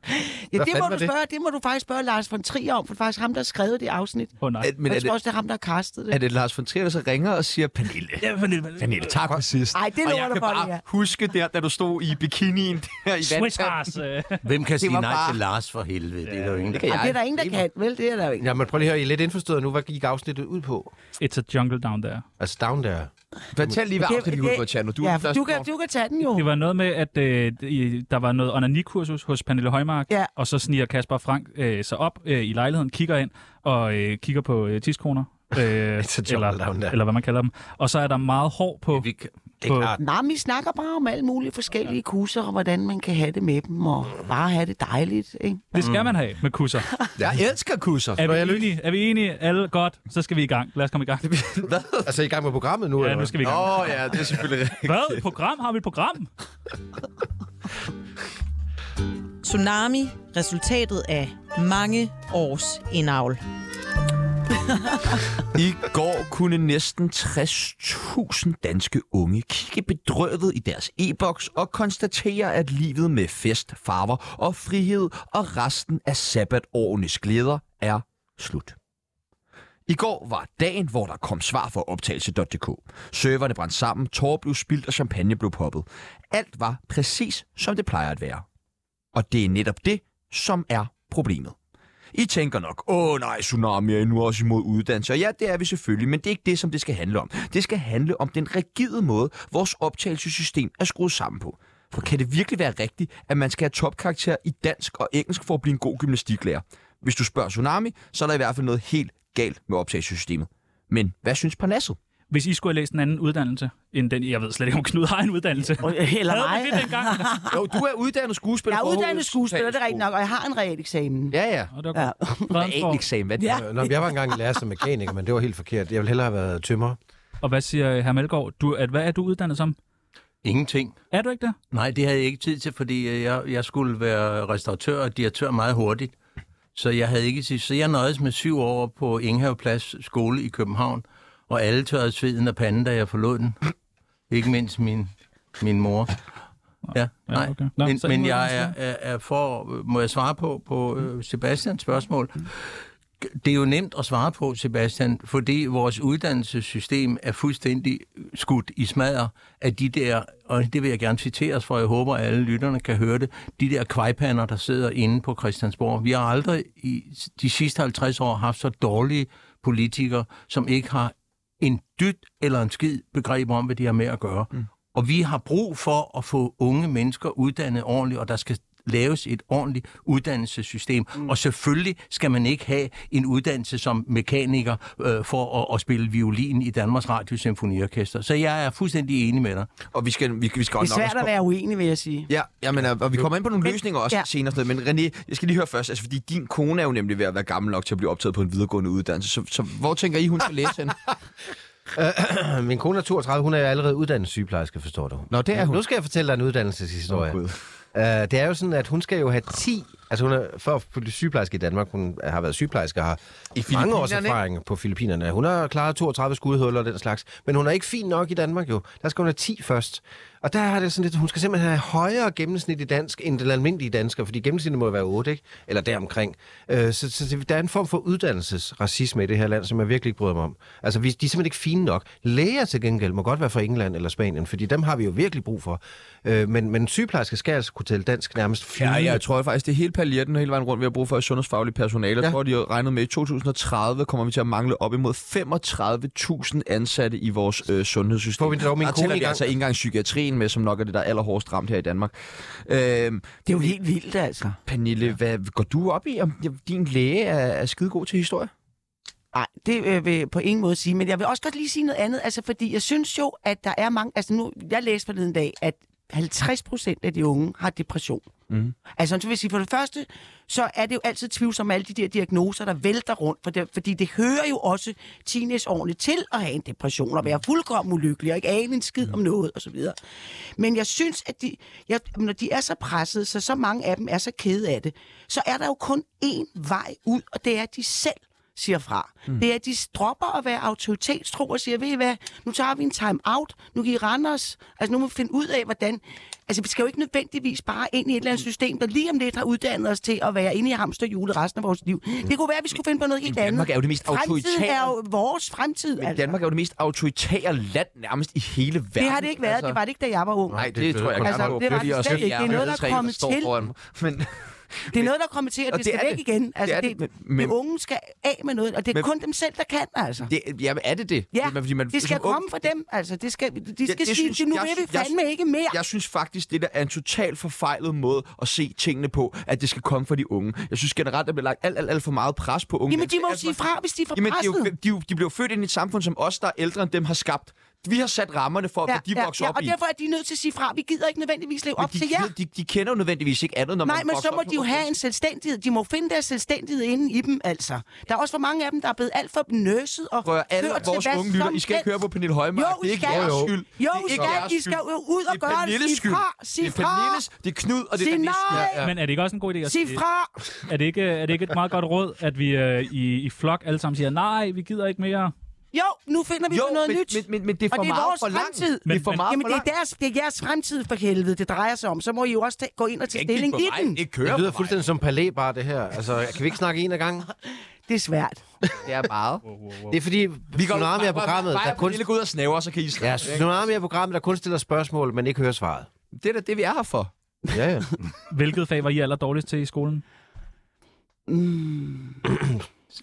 S4: Ja,
S7: Hvad
S4: det må,
S7: fanden var
S4: du
S7: det?
S4: spørge, det må du faktisk spørge Lars von Trier om, for det er faktisk ham, der har skrevet det afsnit.
S2: Åh oh, nej.
S7: Er, men er
S4: jeg tror
S7: det,
S4: også, det er ham, der har kastet det.
S7: er det Lars von Trier, der så ringer og siger, Pernille,
S2: Ja, men,
S7: Pernille tak for sidst.
S4: Ej, det
S7: og
S4: lover
S7: jeg
S4: du
S7: kan
S4: for,
S7: bare
S4: ja.
S7: huske der, da du stod i bikinien der i
S2: Swiss
S7: vandkanten.
S2: House. øh.
S5: Hvem kan sige
S7: var
S5: nej
S7: bare-
S5: til Lars for helvede? Det er der jo ingen, der
S7: kan
S5: kan.
S4: Ej, det er der ingen, der kan. Vel, det er der jo ikke.
S3: Ja, men prøv lige at høre, I er lidt indforstået nu. Hvad gik afsnittet ud på?
S2: It's a jungle down there.
S3: Altså down der.
S7: Fortæl lige, hvad
S4: Det-
S7: afsnit vi er ude
S4: det-
S7: på, Tjerno. Du, er
S4: ja,
S7: den
S4: for
S7: første
S4: du, kan,
S7: morgen.
S4: du kan tage den jo.
S2: Det var noget med, at øh, i- der var noget onanikursus hos Pernille Højmark,
S4: Ja.
S2: og så sniger Kasper Frank øh, sig op øh, i lejligheden, kigger ind og øh, kigger på øh, tiskoner. Øh,
S3: It's a jungle down
S2: eller,
S3: there.
S2: eller hvad man kalder dem. Og så er der meget hår på.
S5: Vi kan.
S2: på
S3: klart.
S4: Nej, men vi snakker bare om alle mulige forskellige kusser, og hvordan man kan have det med dem, og bare have det dejligt. Ikke?
S2: det skal
S7: Mm.
S2: man have med kusser.
S7: Jeg elsker kusser.
S2: Er vi, enige? er vi enige? Alle godt. Så skal vi i gang. Lad os komme i gang.
S3: Altså, I er i gang med programmet nu?
S2: Ja,
S3: eller
S2: nu
S3: hvad?
S2: skal vi i gang.
S7: Åh, ja, det er selvfølgelig rigtigt.
S2: Hvad? Et program? Har vi et program?
S6: Tsunami, resultatet af mange års indavl.
S7: I går kunne næsten 60.000 danske unge kigge bedrøvet i deres e-boks og konstatere, at livet med fest, farver og frihed og resten af sabbatårenes glæder er slut. I går var dagen, hvor der kom svar fra optagelse.dk. Serverne brændte sammen, tårer blev spildt og champagne blev poppet. Alt var præcis, som det plejer at være. Og det er netop det, som er problemet. I tænker nok, åh nej, tsunami er I nu også imod uddannelse. Og ja, det er vi selvfølgelig, men det er ikke det, som det skal handle om. Det skal handle om den rigide måde, vores optagelsessystem er skruet sammen på. For kan det virkelig være rigtigt, at man skal have topkarakter i dansk og engelsk for at blive en god gymnastiklærer? Hvis du spørger Tsunami, så er der i hvert fald noget helt galt med optagelsessystemet. Men hvad synes Parnasset?
S2: Hvis I skulle have læst en anden uddannelse, end den, jeg ved slet ikke, om Knud har en uddannelse.
S4: Eller
S2: øh, Havde man
S4: mig.
S2: det dengang?
S7: Jo, du er uddannet skuespiller.
S4: Jeg er
S7: fra
S4: uddannet
S7: Aarhus
S4: skuespiller, det er rigtigt
S7: Teaterskole.
S4: nok, og jeg har en realeksamen.
S7: Ja, ja.
S2: Nå, det var
S4: Ja.
S2: godt.
S7: Hvad er
S2: Fredensborg.
S7: eksamen? Hvad er det?
S4: Ja.
S3: Øh, Nå, men jeg var engang lærer som mekaniker, men det var helt forkert. Jeg ville hellere have været tømrer.
S2: Og hvad siger herr Melgaard? Du, at, hvad er du uddannet som?
S5: Ingenting.
S2: Er du ikke det?
S5: Nej, det havde jeg ikke tid til, fordi øh, jeg, jeg skulle være restauratør og direktør meget hurtigt. Så jeg havde ikke tid. Så jeg nøjedes med syv år på Inghaveplads skole i København, og alle tørrede sveden af panden, da jeg forlod den. ikke mindst min, min mor. Ja, nej.
S2: okay. Nå,
S5: Men,
S2: så
S5: men
S2: ingen
S5: jeg er,
S2: uddannelse
S5: er, er for... Må jeg svare på, på øh, Sebastians spørgsmål? Det er jo nemt at svare på, Sebastian, fordi vores uddannelsessystem er fuldstændig skudt i smadre af de der, og det vil jeg gerne citere os for, jeg håber, at alle lytterne kan høre det, de der kvejpander, der sidder inde på Christiansborg. Vi har aldrig i de sidste 50 år haft så dårlige politikere, som ikke har en dyt eller en skid begreb om, hvad de har med at gøre. Mm. Og vi har brug for at få unge mennesker uddannet ordentligt, og der skal laves et ordentligt uddannelsessystem. Mm. Og selvfølgelig skal man ikke have en uddannelse som mekaniker øh, for at, at spille violin i Danmarks Radio Symfoniorkester. Så jeg er fuldstændig enig med dig.
S7: Og vi skal, vi, vi skal
S4: Det
S7: godt
S4: er
S7: nok også
S4: svært at
S7: komme-
S4: være uenig, vil jeg sige.
S7: Ja, jamen, og vi kommer ind på nogle løsninger også
S4: ja.
S7: ja. senere. og Sådan noget. Men René, jeg skal lige høre først, altså, fordi din kone er jo nemlig ved at være gammel nok til at blive optaget på en videregående uddannelse. Så, så hvor tænker I, hun skal læse henne?
S3: Min kone er 32, hun er allerede uddannet sygeplejerske, forstår du.
S7: Nå, det er hun.
S3: Nu skal jeg fortælle dig en uddannelseshistorie.
S7: Åh, Gud.
S3: Øh, det er jo sådan, at hun skal jo have 10... Altså hun er for at blive sygeplejerske i Danmark. Hun har været sygeplejerske og har I mange års
S7: Filippinerne,
S3: erfaring på Filippinerne. Hun har klaret 32 skudhuller og den slags. Men hun er ikke fin nok i Danmark jo. Der skal hun have 10 først. Og der har det sådan lidt, hun skal simpelthen have højere gennemsnit i dansk end den almindelige dansker, fordi gennemsnittet må være 8, ikke? Eller deromkring. Øh, så, så det- der er en form for uddannelsesracisme i det her land, som jeg virkelig ikke bryder mig om. Altså, vi, de er simpelthen ikke fine nok. Læger til gengæld må godt være fra England eller Spanien, fordi dem har vi jo virkelig brug for. Øh, men, men sygeplejersker skal altså kunne tælle dansk nærmest
S7: Ja,
S3: flydende.
S7: jeg tror faktisk, det er hele paljetten og hele vejen rundt, vi har brug for et sundhedsfagligt personale. Jeg
S3: Ja.
S7: tror, de har regnet med, at i 2030 kommer vi til at mangle op imod 35.000 ansatte i vores øh, sundhedssystem.
S3: Får vi dog min
S7: der
S3: kone
S7: tæller
S3: i
S7: vi
S3: gang?
S7: altså ikke engang psykiatrien med, som nok er det, der er allerhårdest ramt her i Danmark. Øh,
S4: Det er jo helt vildt, altså.
S7: Pernille, hvad går du op i, om din læge er, er skidegod til historie?
S4: Nej, det øh, vil jeg på ingen måde sige, men jeg vil også godt lige sige noget andet, altså fordi jeg synes jo, at der er mange, altså nu, jeg læste forleden dag, at 50 procent af de unge har depression. Mm. Altså, så vil jeg sige, for det første, så er det jo altid tvivlsomt med alle de der diagnoser, der vælter rundt, for det, fordi det hører jo også teenageårene til at have en depression, og være fuldkommen ulykkelig, og ikke ane en skid om noget, osv. Men jeg synes, at de, jeg, når de er så pressede, så så mange af dem er så kede af det, så er der jo kun én vej ud, og det er, at de selv siger fra. Mm. Det er, at de dropper at være autoritetstro og siger, ved I hvad, nu tager vi en time out, nu kan I rende os. Altså nu må vi finde ud af, hvordan... Altså vi skal jo ikke nødvendigvis bare ind i et eller andet system, der lige om lidt har uddannet os til at være inde i hamsterhjulet resten af vores liv. Mm. Det kunne være, at vi skulle finde på noget helt andet.
S1: Danmark er jo det mest
S4: Fremtiden
S1: autoritære-
S4: er jo vores fremtid,
S1: Men
S4: altså.
S1: Danmark er jo det mest autoritære land nærmest i hele verden.
S4: Det har det ikke været. Altså... Det var det ikke, da jeg var ung.
S1: Nej, det, det tror jeg ikke.
S4: Altså,
S1: jeg
S4: det var det slet ikke. Det er noget, der er kommet til.
S1: Men,
S4: Det er noget, der kommer til, at
S1: Og
S4: det,
S1: det
S4: skal
S1: er
S4: væk
S1: det.
S4: igen. Altså,
S1: Det er
S4: det,
S1: det,
S4: det,
S1: men-
S4: det,
S1: men-
S4: unge skal af med noget, og det er
S1: Men-
S4: men, kun dem selv, der kan, altså.
S1: det, jamen, er det det?
S4: Ja,
S1: Men fordi man,
S4: det skal
S1: som ung-
S4: komme fra dem, altså. Det skal, de skal
S1: det
S4: sige,
S1: synes-
S4: "Det- nu
S1: jeg
S4: vil vi
S1: synes- jeg
S4: fandme ikke mere.
S1: Jeg synes faktisk, det der er en totalt forfejlet måde at se tingene på, at det skal komme fra de unge. Jeg synes generelt, der bliver lagt alt, alt, alt for meget pres på unge.
S4: Jamen, de må jo
S7: Altså,
S1: mennesker.
S4: sige fra, hvis de er for
S1: Jamen, de, er jo,
S4: presset.
S1: de, er jo- de bliver jo født ind i et samfund, som os, der er ældre end dem, har skabt. Vi har sat rammerne for, hvad de vokser
S4: ja,
S1: op
S4: og
S1: i.
S4: derfor er de nødt til at sige fra, vi gider ikke nødvendigvis leve
S1: Men
S4: op
S1: de,
S4: til jer.
S1: de, de kender jo nødvendigvis ikke andet, når
S4: Nej,
S1: man
S4: men
S1: vokser
S4: så må
S1: op
S4: de jo have en selvstændighed. De må finde deres selvstændighed inde i dem, altså. Der er også for mange af dem, der er blevet alt for nøset og
S1: Rør alle
S4: hørt
S1: vores
S4: til, hvad
S1: unge lytter.
S4: som
S1: I skal ikke
S4: helst.
S1: høre på Pernille Højmark.
S4: Jo,
S1: det er
S4: I
S1: ikke
S4: skal.
S1: jeres
S4: Jo, jo.
S1: skyld.
S4: Jo,
S1: det er
S4: I
S1: ikke
S4: skal.
S1: jeres
S4: I skal
S1: skyld.
S4: jo ud og
S1: Det er
S4: gøre det.
S1: Pernilles
S4: Sig
S1: skyld.
S4: fra. Sig
S1: det er
S4: fra.
S1: Pernilles, det er Knud, og det er
S4: Sig
S1: Pernilles skyld.
S4: nej.
S2: Men er det ikke også en god idé at
S4: Sig fra!
S2: Er det, ikke, er det ikke et meget godt råd, at vi øh, i, i flok alle sammen siger, nej, vi gider ikke mere?
S4: Jo, nu finder vi
S1: Jo,
S4: på noget
S1: men,
S4: nyt.
S1: men, men, men det er
S4: og
S1: for
S4: det er
S1: meget
S4: vores
S1: for langt.
S4: fremtid.
S1: Det er for
S2: Men-
S1: meget
S4: Jamen,
S1: for
S4: det
S1: langt.
S4: er, deres, det er jeres fremtid for helvede, det drejer sig om. Så må I jo også ta- gå ind og tage
S1: Ikke
S4: stilling
S1: på
S4: i
S1: mig.
S4: den.
S1: Ikke
S3: Det
S1: køre
S3: lyder
S1: på mig.
S3: fuldstændig som palæbar, det her. Altså, kan vi ikke snakke en af gangen?
S4: Det er svært.
S1: Det er meget.
S3: Det er fordi, vi Tsunami er programmet, der kun...
S1: Lille gå ud og snæver, så kan I snakke.
S3: Ja, Tsunami er programmet, der kun stiller spørgsmål, men ikke hører svaret.
S1: Det er da det, vi er her for.
S3: Ja, ja.
S2: Hvilket fag var I aller dårligst til i skolen?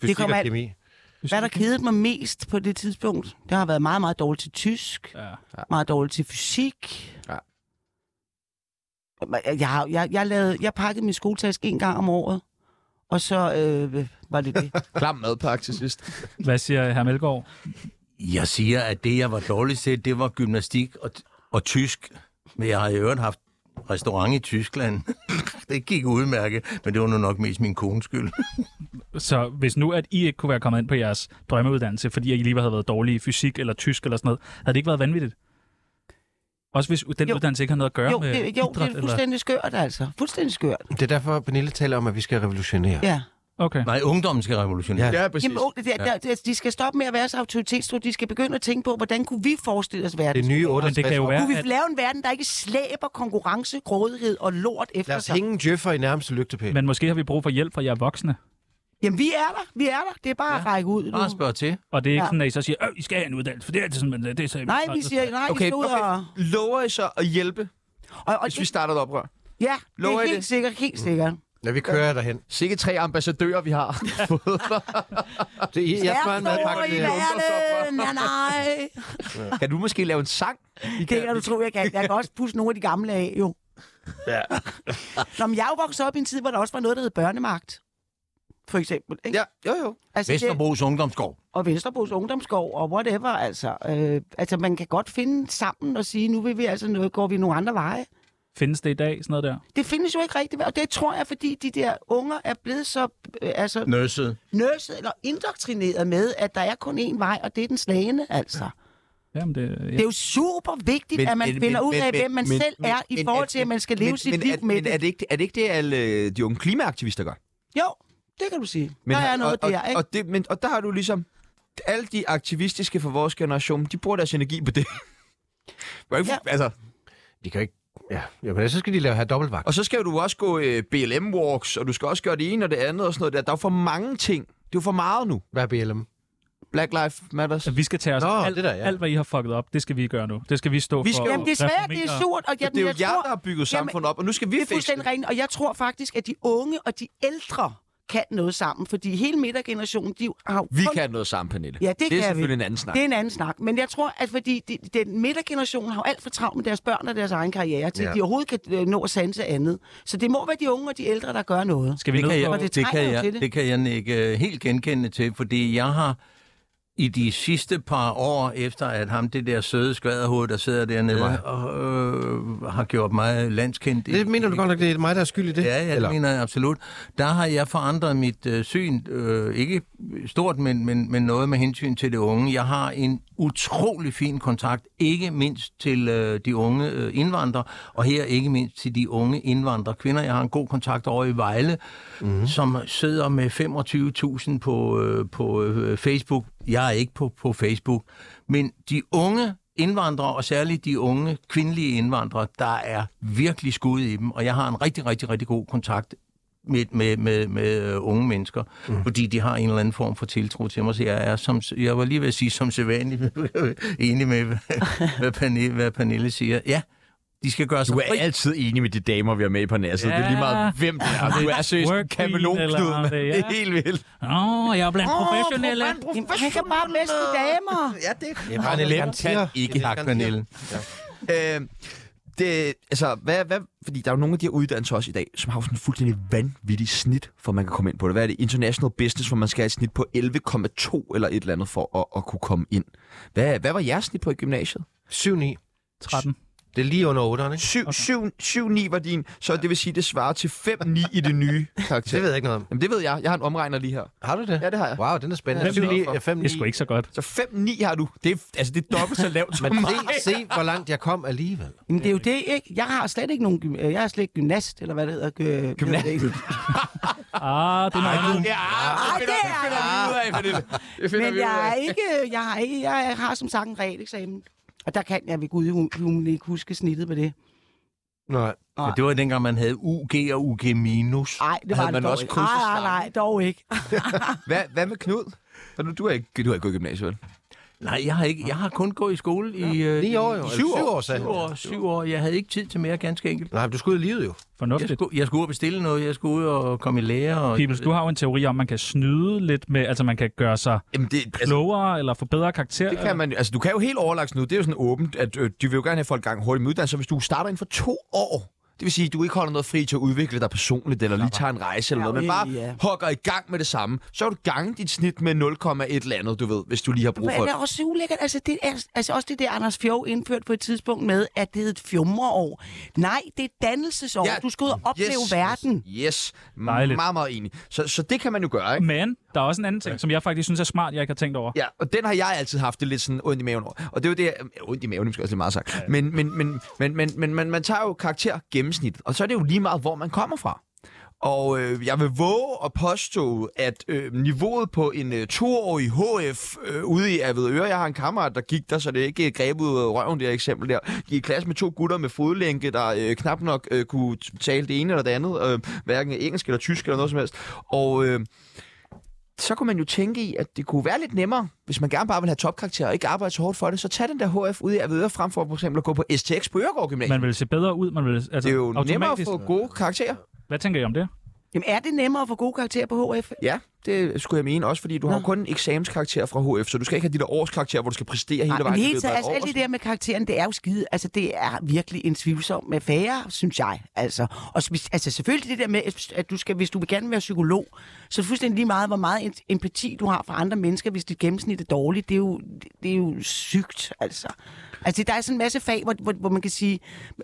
S3: Fysik
S4: kommer
S3: og
S4: alt-
S3: kemi.
S4: Mm. Hvad der kedede mig mest på det tidspunkt, det har været meget, meget dårligt til tysk,
S2: Ja.
S4: meget dårligt til fysik.
S1: Ja.
S4: Jeg, jeg, jeg, jeg, lavede, jeg pakkede min skoletaske en gang om året, og så øh, var det det.
S1: Klam madpakke til sidst.
S2: Hvad siger herr Melgaard?
S5: Jeg siger, at det, jeg var dårligst til, det var gymnastik og, og tysk. Men jeg har i øvrigt haft restaurant i Tyskland. det gik udmærket, men det var nu nok mest min kones skyld.
S2: Så hvis nu, at I ikke kunne være kommet ind på jeres drømmeuddannelse, fordi I lige havde været dårlige i fysik eller tysk eller sådan noget, havde det ikke været vanvittigt? Også hvis den jo.
S4: Jo.
S2: uddannelse ikke havde noget at gøre
S4: Jo,
S2: med
S4: det, jo,
S2: idræt?
S4: det er fuldstændig skørt, altså. Fuldstændig skørt.
S3: Det er derfor, Pernille taler om, at vi skal revolutionere.
S4: Ja.
S2: eller? Okay.
S5: Nej, ungdommen skal revolutionere.
S3: Ja.
S1: Ja, præcis.
S4: Jamen, unge, der, der, der, de skal stoppe med at være så autoritetstro. De skal begynde at tænke på, hvordan kunne vi forestille os verden?
S3: Det nye 68.
S2: Men det kan jo være,
S4: Kunne vi
S2: at
S4: lave en verden, der ikke slæber konkurrence, grådighed og lort
S3: Lad
S4: efter
S3: os
S4: sig?
S3: hænge en djøffer i nærmeste lygtepæl.
S2: men måske har vi brug for hjælp fra jer voksne.
S4: Jamen, vi er der. Vi er der. Det er bare ja. at række ud nu.
S5: Bare spørg til.
S2: Og det er ikke ja.
S4: Ja.
S2: sådan, at I så siger, øh, I skal have en uddannelse, for det er altid sådan, men øh, det er så...
S4: Nej, vi siger, nej, okay, vi
S1: Okay,
S4: skal ud
S1: okay.
S4: og...
S1: Lover I så at hjælpe,
S4: og, og
S1: hvis vi starter et oprør?
S4: ja, det
S1: Lover I
S4: er helt
S1: det?
S4: sikkert, helt sikkert.
S3: Ja, vi kører derhen.
S1: Sikke tre ambassadører, vi har.
S3: Det, jeg, jeg spørger en madpakke.
S4: i
S3: til-
S4: verden, ja, nej.
S1: kan du måske lave en sang? Vi
S4: Det kan du tro, jeg kan. Jeg kan også pusse nogle af de gamle af, jo. Ja. Nå, men jeg er jo vokset op i en tid, hvor der også var noget, der hed børnemagt. For eksempel, ikke?
S1: Ja, jo jo.
S4: Altså, det-
S5: Vesterbros Ungdomsgård.
S4: og Vesterbros Ungdomsskov og whatever. Altså, øh, altså, man kan godt finde sammen og sige, nu vil vi altså noget, går vi nogle andre veje.
S2: Findes det i dag, sådan noget der?
S4: Det findes jo ikke rigtigt, og det tror jeg, fordi de der unger er blevet så øh, altså,
S5: Nøsset.
S4: nørset eller indoktrineret med, at der er kun én vej, og det er den slagende, altså.
S2: Jamen, det, ja.
S4: Det er jo super vigtigt, men, at man men, finder men, ud af, men, hvem man men, selv men, er i forhold til, at man skal leve
S1: men,
S4: sit
S1: men,
S4: liv
S1: er,
S4: med
S1: men
S4: det.
S1: er det ikke er det, ikke det alle øh, de unge klimaaktivister gør?
S4: Jo, det kan du sige.
S1: Men
S4: Men, der
S1: har-
S4: er noget
S1: og,
S4: der, ikke?
S1: Og, og, det, men, og der har du ligesom... Alle de aktivistiske fra vores generation, de bruger deres energi på det. Hvor ikke-
S4: Ja.
S1: altså,
S3: De kan ikke... Ja, jo, men så skal de lave her dobbeltvagt.
S1: og så skal du også gå øh, BLM-walks, og du skal også gøre det ene og det andet og sådan noget der. Der er jo for mange ting. Det er jo for meget nu.
S3: Hvad er BLM?
S1: Black Lives Matters.
S2: At Altså, vi skal tage os
S3: Nå,
S2: alt,
S3: det der, ja.
S2: alt, hvad I har fucket op, det skal vi gøre nu. Det skal vi stå
S1: Vi
S2: for.
S1: skal-
S2: at
S4: Jamen, desværre, det er
S2: reformere.
S4: surt, og
S1: Ja,
S4: jeg,
S1: det er jo
S4: jeg
S1: jer,
S4: tror,
S1: der har bygget
S4: Jamen,
S1: samfundet op, og nu skal vi
S4: Det er
S1: fikse
S4: fuldstændig
S1: det.
S4: rent, og jeg tror faktisk, at de unge og de ældre kan noget sammen, fordi hele midtergenerationen, de har jo
S1: Vi
S4: kun-
S1: kan noget sammen, Pernille.
S4: Ja, det,
S1: det
S4: kan
S1: er selvfølgelig
S4: vi.
S1: en anden snak.
S4: Det er en anden snak. Men jeg tror, at fordi de, den midtergeneration har jo alt for travlt med deres børn og deres egen karriere, til
S3: Ja.
S4: ja. de overhovedet kan øh, nå at sanse andet. Så det må være de unge og de ældre, der gør noget.
S2: Skal vi
S5: det
S2: ned
S5: kan
S2: på...
S5: jeg,
S4: Og det
S5: det, kan
S4: trænger jo
S5: jeg,
S4: til det.
S5: det kan jeg ikke øh, helt genkende til, fordi jeg har i de sidste par år, efter at ham, det der søde skvaderhoved, der sidder dernede, og, øh, har gjort mig landskendt. i-
S3: Det mener du godt nok, det er mig, der er skyld i det?
S5: Ja, ja, det mener jeg absolut. Der har jeg forandret mit øh, syn, øh, ikke stort, men, men, men noget med hensyn til det unge. Jeg har en utrolig fin kontakt, ikke mindst til øh, de unge øh, indvandrere, og her ikke mindst til de unge indvandrere kvinder. Jeg har en god kontakt over i Vejle, mm. som sidder med 25.000 på, øh, på øh, Facebook. Jeg er ikke på, på Facebook, men de unge indvandrere, og særligt de unge kvindelige indvandrere, der er virkelig skud i dem, og jeg har en rigtig, rigtig, rigtig god kontakt med, med, med, med øh, unge mennesker, mm. fordi de har en eller anden form for tiltro til mig, så jeg er, som, jeg var lige ved at sige, som sædvanligt enig med, hvad, hvad, Pernille, hvad Pernille siger. Ja, de skal gøre sig
S1: Du
S5: fri.
S1: er altid enig med de damer, vi har med på næsset. Ja. Det er lige meget, hvem det er. Du er seriøst en
S2: Work queen
S1: kameleonknud.
S2: eller
S1: mand.
S2: det, ja.
S1: Det er helt vildt.
S2: Åh, oh, jeg er blandt oh, professionelle.
S4: Jamen, han kan bare bedste damer.
S5: Ja, det er
S3: Bare en eleven
S5: kan
S3: tiger.
S5: ikke hakke Pernille.
S1: Øh, det, altså, hvad, hvad, fordi der er jo nogle af de her uddannelser også i dag, som har jo sådan en fuldstændig vanvittig snit, for man kan komme ind på det. Hvad er det? International Business, hvor man skal have et snit på 11,2 eller et eller andet for at, at kunne komme ind. Hvad, hvad var jeres snit på i gymnasiet?
S3: 7-9.
S2: 13.
S3: Det er lige under 8'eren, ikke?
S1: 7, 7, 7 9 var din, så det vil sige, det svarer til 5-9 i det nye karakter.
S3: Det ved jeg ikke noget om.
S1: Jamen, det ved jeg. Jeg har en omregner lige her.
S3: Har du det?
S1: Ja, det har jeg.
S3: Wow, den er spændende.
S2: Hvem lige-
S3: 7-9, 5
S2: Det er sgu ikke så godt.
S1: Så 5-9 har du. Det er, altså, det er dobbelt så lavt som mig.
S3: Se, se, hvor langt jeg kom alligevel.
S4: Jamen, det er jo det, ikke? Jeg har slet ikke nogen... gym- øh, Jeg er slet ikke gymnast, eller hvad det hedder. Gymnast?
S2: Ah, det er noget andet.
S1: Ja,
S4: Ej, det er jeg.
S1: ud af, Pernille. Det finder
S4: Men
S1: vi ud af.
S4: jeg, er ikke, øh, jeg, har ikke, jeg har som sagt en realeksamen. Og der kan jeg ved Gud i hu- hulen ikke huske snittet på det.
S3: Nej.
S5: Men det var dengang, man havde UG og UG minus.
S4: Nej, det var
S1: Havde man
S4: det dog
S1: også
S4: ikke. Nej, nej, Ah, nej, dog ikke.
S1: Hvad, hvad med Knud? Og nu, du har ikke, du har ikke gået i gymnasiet, vel?
S5: Nej, jeg har, ikke, jeg har kun gået i skole i... Øh,
S3: Ni år jo.
S5: i
S3: Eller
S5: Syv
S3: syv
S5: år,
S3: år, sagde
S5: syv
S3: han.
S5: år, syv år. Jeg havde ikke tid til mere, ganske enkelt.
S3: Nej, men du skulle ud i livet jo.
S5: Jeg
S2: Fornuftigt.
S5: skulle, jeg skulle ud og bestille noget, jeg skulle ud og komme i lære. Og,
S2: Pibels, du har jo en teori om, at man kan snyde lidt med, altså man kan gøre sig
S1: Jamen, det, altså,
S2: klogere eller forbedre karakterer.
S1: det kan man, altså, du kan jo helt overlagt nu. Det er jo sådan åbent, at øh, de vil jo gerne have folk i gang hurtigt med uddannelse. Så hvis du starter inden for to år, det vil sige, at du ikke holder noget fri til at udvikle dig personligt, eller lige tager en rejse eller noget, men bare
S4: Ja.
S1: hugger i gang med det samme. Så har du gange dit snit med 0,1 eller andet, du ved, hvis du lige har brug
S4: Men
S1: for
S4: det
S1: det.
S4: er også så ulækkert. Altså, det er, altså også det der, Anders Fjov indførte på et tidspunkt med, at det hed et fjumreår. Nej, det er et dannelsesår.
S1: Ja,
S4: Du skal ud og opleve verden.
S1: Yes, yes.
S2: Dejligt.
S1: meget, meget enig. Så, så det kan man jo gøre, ikke?
S2: Men der er også en anden ting, som jeg faktisk synes er smart, jeg ikke har tænkt over.
S1: Ja, og den har jeg altid haft det lidt sådan ondt i maven over. Og det er jo det, jeg- ja, ondt i maven, er måske også lidt meget sagt. Men, men, men, men, men, men man, man tager jo karakter gennemsnit, og så er det jo lige meget, hvor man kommer fra. Og øh, jeg vil våge at påstå, at øh, niveauet på en øh, toårig HF øh, ude i Avedøre, jeg har en kammerat, der gik der, så det er ikke øh, greb ud af røven, det her eksempel der, gik i klasse med to gutter med fodlænke, der øh, knap nok øh, kunne t- tale det ene eller det andet, øh, hverken engelsk eller tysk eller noget som helst. Og øh, så kunne man jo tænke i, at det kunne være lidt nemmere, hvis man gerne bare vil have topkarakterer og ikke arbejde så hårdt for det, så tag den der HF ud i Avedøre frem for for eksempel at gå på STX på Øregård Gymnasium.
S2: Man vil se bedre ud, man vil altså,
S1: det er jo nemmere at
S2: automatisk.
S1: få gode karakterer.
S2: Hvad tænker I om det?
S4: Jamen, er det nemmere at få gode karakterer på HF?
S1: Ja, det skulle jeg mene også, fordi du har jo kun en eksamenskarakter fra HF, så du skal ikke have de der årskarakterer, hvor du skal præstere hele
S4: Nej, men
S1: vejen. i
S4: helt
S1: løbet
S4: taget,
S1: af et
S4: altså
S1: år
S4: alt
S1: og
S4: det der med karakteren, det er jo skide. Altså, det er virkelig en tvivlsom affære, synes jeg. Altså, og spe- altså, selvfølgelig det der med, at du skal, hvis du vil gerne være psykolog, så er det fuldstændig lige meget, hvor meget en- empati du har for andre mennesker, hvis dit gennemsnit er dårligt. Det er jo, det er jo sygt, altså. Altså, der er sådan en masse fag, hvor, hvor, hvor man kan sige,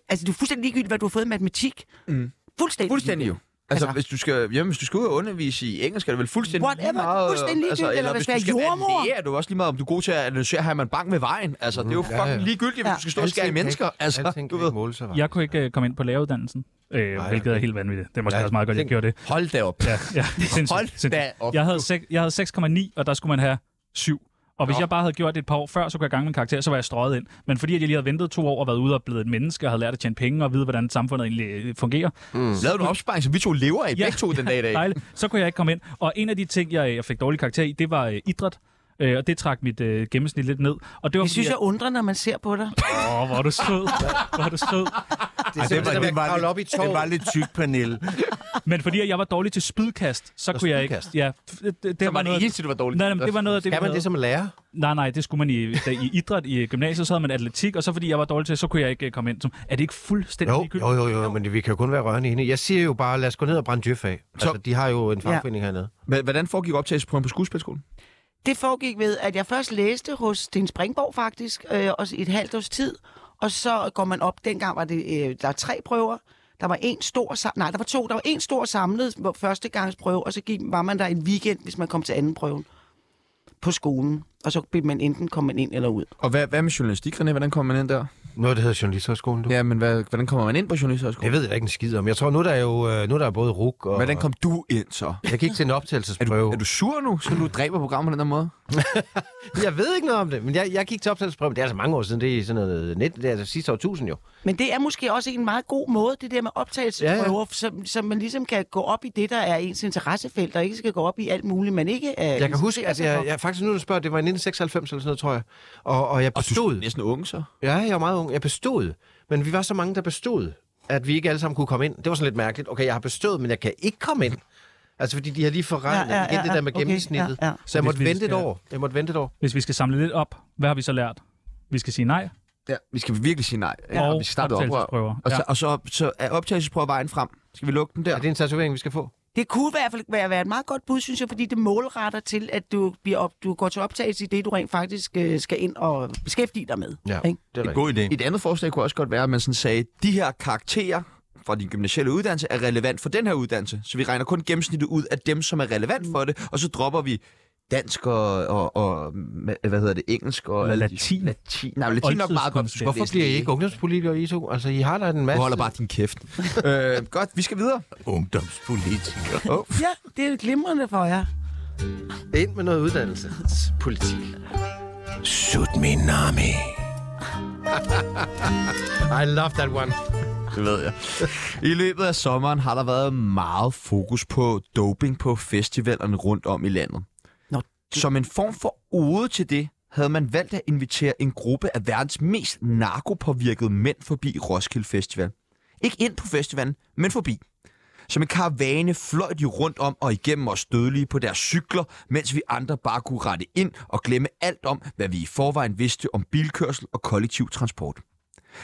S4: altså, det er fuldstændig ligegyldigt, hvad du har fået i matematik. Mm. Fuldstændig.
S1: Fuldstændig jo. Altså,
S4: Altså-
S1: hvis du, skal, jamen, hvis du skal ud og undervise i engelsk, er det vel fuldstændig lige
S4: Whatever,
S1: meget...
S4: fuldstændig
S1: øh,
S4: ligegyldigt, eller hvis du er
S1: være
S4: jordemoder.
S1: læge, er du også lige meget, om du er god til at analysere Herman Bank med vejen. Altså, det er jo fucking
S3: Mm. ja.
S1: ligegyldigt, hvis
S4: Ja.
S1: du skal stå og skære i mennesker. Altså,
S3: Alting
S1: du
S3: kan
S1: ved.
S3: ikke måle sig, var.
S2: Jeg kunne ikke øh, komme ind på læreruddannelsen, øh,
S3: Nej,
S2: hvilket er helt vanvittigt. Det er måske også meget godt, jeg
S3: tænk-
S2: gjorde det.
S1: Hold da op.
S2: Ja, ja. Sindssygt,
S1: Hold
S2: sindssygt.
S1: da op.
S2: Jeg havde, sek- jeg havde 6,9, og der skulle man have 7. Og hvis jeg bare havde gjort det et par år før, så kunne jeg gange min karakter, så var jeg strøget ind. Men fordi at jeg lige havde ventet to år og været ude og blevet et menneske, og havde lært at tjene penge og vide, hvordan samfundet egentlig øh, fungerer,
S4: Mm.
S1: Lavede du en opsparing, som vi to lever af, begge to den dag i dag?
S2: Dejligt. Så kunne jeg ikke komme ind. Og en af de ting, jeg, jeg fik dårlig karakter i, det var øh, idræt. Øh, og det trak mit øh, gennemsnit lidt ned. Og det var
S4: Det synes jeg undrer, når man ser på dig.
S2: Åh, hvor er du sød. hvor er du sød.
S3: Det er simpelthen, at kravle op i
S5: lidt, det var
S3: tårn.
S5: lidt tyk, Pernille.
S2: Men fordi at jeg var dårlig til spydkast, så kunne jeg ikke...
S3: spydkast?
S2: Ja, f- det, det, det
S1: var det
S2: noget,
S1: eneste, du var dårlig
S2: Nej,
S1: til.
S2: nej, det var noget af det, vi
S3: Kan man ligesom
S2: havde.
S3: det som lærer?
S2: Nej, nej, det skulle man i, da, i idræt i gymnasiet, så havde man atletik, og så fordi jeg var dårlig til, så kunne jeg ikke øh, komme ind. Som, er det ikke fuldstændig
S3: Jo,
S2: ligegyldigt?
S3: jo, jo, jo, men vi kan jo kun være rørende enige. Jeg siger jo bare, lad os gå ned og brænde djøf af. Altså, de har jo en fagforening hernede.
S1: Hvordan foregik optagelsesprøven på skuespilskolen?
S4: Det foregik ved, at jeg først læste hos Sten Springborg faktisk, øh, også i et halvt års tid, og så går man op, dengang var det, øh, der er tre prøver, der var en stor, sam- nej, der var to, der var en stor samlet hvor førstegangsprøve, og så gik, var man der en weekend, hvis man kom til anden prøven på skolen, og så blev man enten kom man ind eller ud.
S7: Og hvad, hvad med journalistik, René? Hvordan kommer man ind der?
S3: Noget, der hedder Journalisterskolen, du. Ja.
S7: Ja, men hvad, hvordan kommer man ind på journalisthøjskolen?
S3: Det ved jeg ikke en skid om. Jeg tror, nu der er jo øh, nu der er både RUK og...
S7: Hvordan kom du ind så?
S3: Jeg gik til en
S7: Er du,
S3: optagelsesprøve.
S7: er du sur nu, så du dræber programmet på den der måde?
S3: Jeg ved ikke noget om det, men jeg, jeg gik til optagelsesprøven. Det er altså mange år siden. Det er sådan noget 19, det er altså sidste årtusind jo.
S4: Men det er måske også en meget god måde, det der med optagelsesprøver, ja, ja. Som, som man ligesom kan gå op i det, der er ens interessefelt, og ikke skal gå op i alt muligt, man ikke er
S3: Jeg kan huske, at jeg, jeg faktisk nu du spørger, det var i 1996 eller sådan noget, tror jeg. Og, og jeg bestod.
S7: er næsten ung, så.
S3: Ja, jeg var meget ung. Jeg bestod. Men vi var så mange, der bestod, at vi ikke alle sammen kunne komme ind. Det var sådan lidt mærkeligt. Okay, jeg har bestået, men jeg kan ikke komme ind. Altså, fordi de har lige forregnet ja, ja, ja, igen det der med
S4: okay,
S3: gennemsnittet.
S4: ja, ja.
S3: Så jeg måtte
S2: Hvis vi
S3: vente et
S2: skal-
S3: år. Jeg måtte vente et år.
S2: Hvis vi skal samle lidt op, hvad har vi så lært? Vi skal sige nej.
S7: Ja, vi skal virkelig sige nej.
S2: Og
S7: vi starter
S2: optagelsesprøver.
S7: Og, så,
S2: Ja.
S7: og så, så er optagelsesprøver vejen frem. Skal vi lukke den der?
S3: Er det en tatovering, vi skal få?
S4: Det kunne i hvert fald være, være et meget godt bud, synes jeg, fordi det målretter til, at du, bliver op, du går til optagelse i det, du rent faktisk øh, skal ind og beskæftige dig med.
S3: Ja,
S4: Ikke?
S3: det er rigtigt.
S5: God idé.
S7: Et andet forslag kunne også godt være, at man sådan sagde, de her karakterer fra din gymnasiale uddannelse er relevant for den her uddannelse. Så vi regner kun gennemsnittet ud af dem, som er relevant for det, og så dropper vi dansk og, og, og ma- hvad hedder det, engelsk og... alle de-
S2: Latin.
S7: Latin. Nej, latin er nok meget godt.
S2: Oldtidskundskab.
S3: Hvorfor bliver I ikke ungdomspolitikere, I to? Altså, I har da en masse...
S7: Du holder bare din kæft. øh, godt, vi skal videre.
S5: Ungdomspolitiker.
S4: Ja, det er glimrende for jer.
S3: ind med noget uddannelsespolitik.
S5: Tsunami.
S3: I love that one.
S7: Det ved jeg. I løbet af sommeren har der været meget fokus på doping på festivalerne rundt om i landet.
S4: Nå,
S7: Som en form for ode til det, havde man valgt at invitere en gruppe af verdens mest narkopåvirkede mænd forbi Roskilde Festival. Ikke ind på festivalen, men forbi. Som en karavane fløj de rundt om og igennem os dødelige på deres cykler, mens vi andre bare kunne rette ind og glemme alt om, hvad vi i forvejen vidste om bilkørsel og kollektiv transport.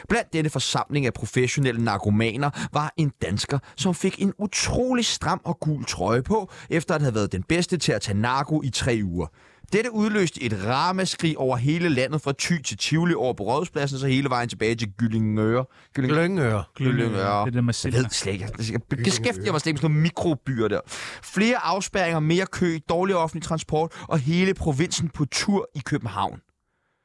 S7: Blandt denne forsamling af professionelle narkomaner var en dansker, som fik en utrolig stram og gul trøje på, efter at have været den bedste til at tage narko i tre uger. Dette udløste et ramaskrig over hele landet fra Thy til Tivoli over på Rådhuspladsen, så hele vejen tilbage til Gyllingøre. Gyllingøre.
S3: Gløngøre.
S7: Gyllingøre.
S2: Det er det med
S7: Jeg
S2: silder.
S7: ved slet ikke. altså, Jeg- Jeg beskæftiger mig slet ikke med sådan nogle mikrobyer der. Flere afspærringer, mere kø, dårlig offentlig transport og hele provinsen på tur i København.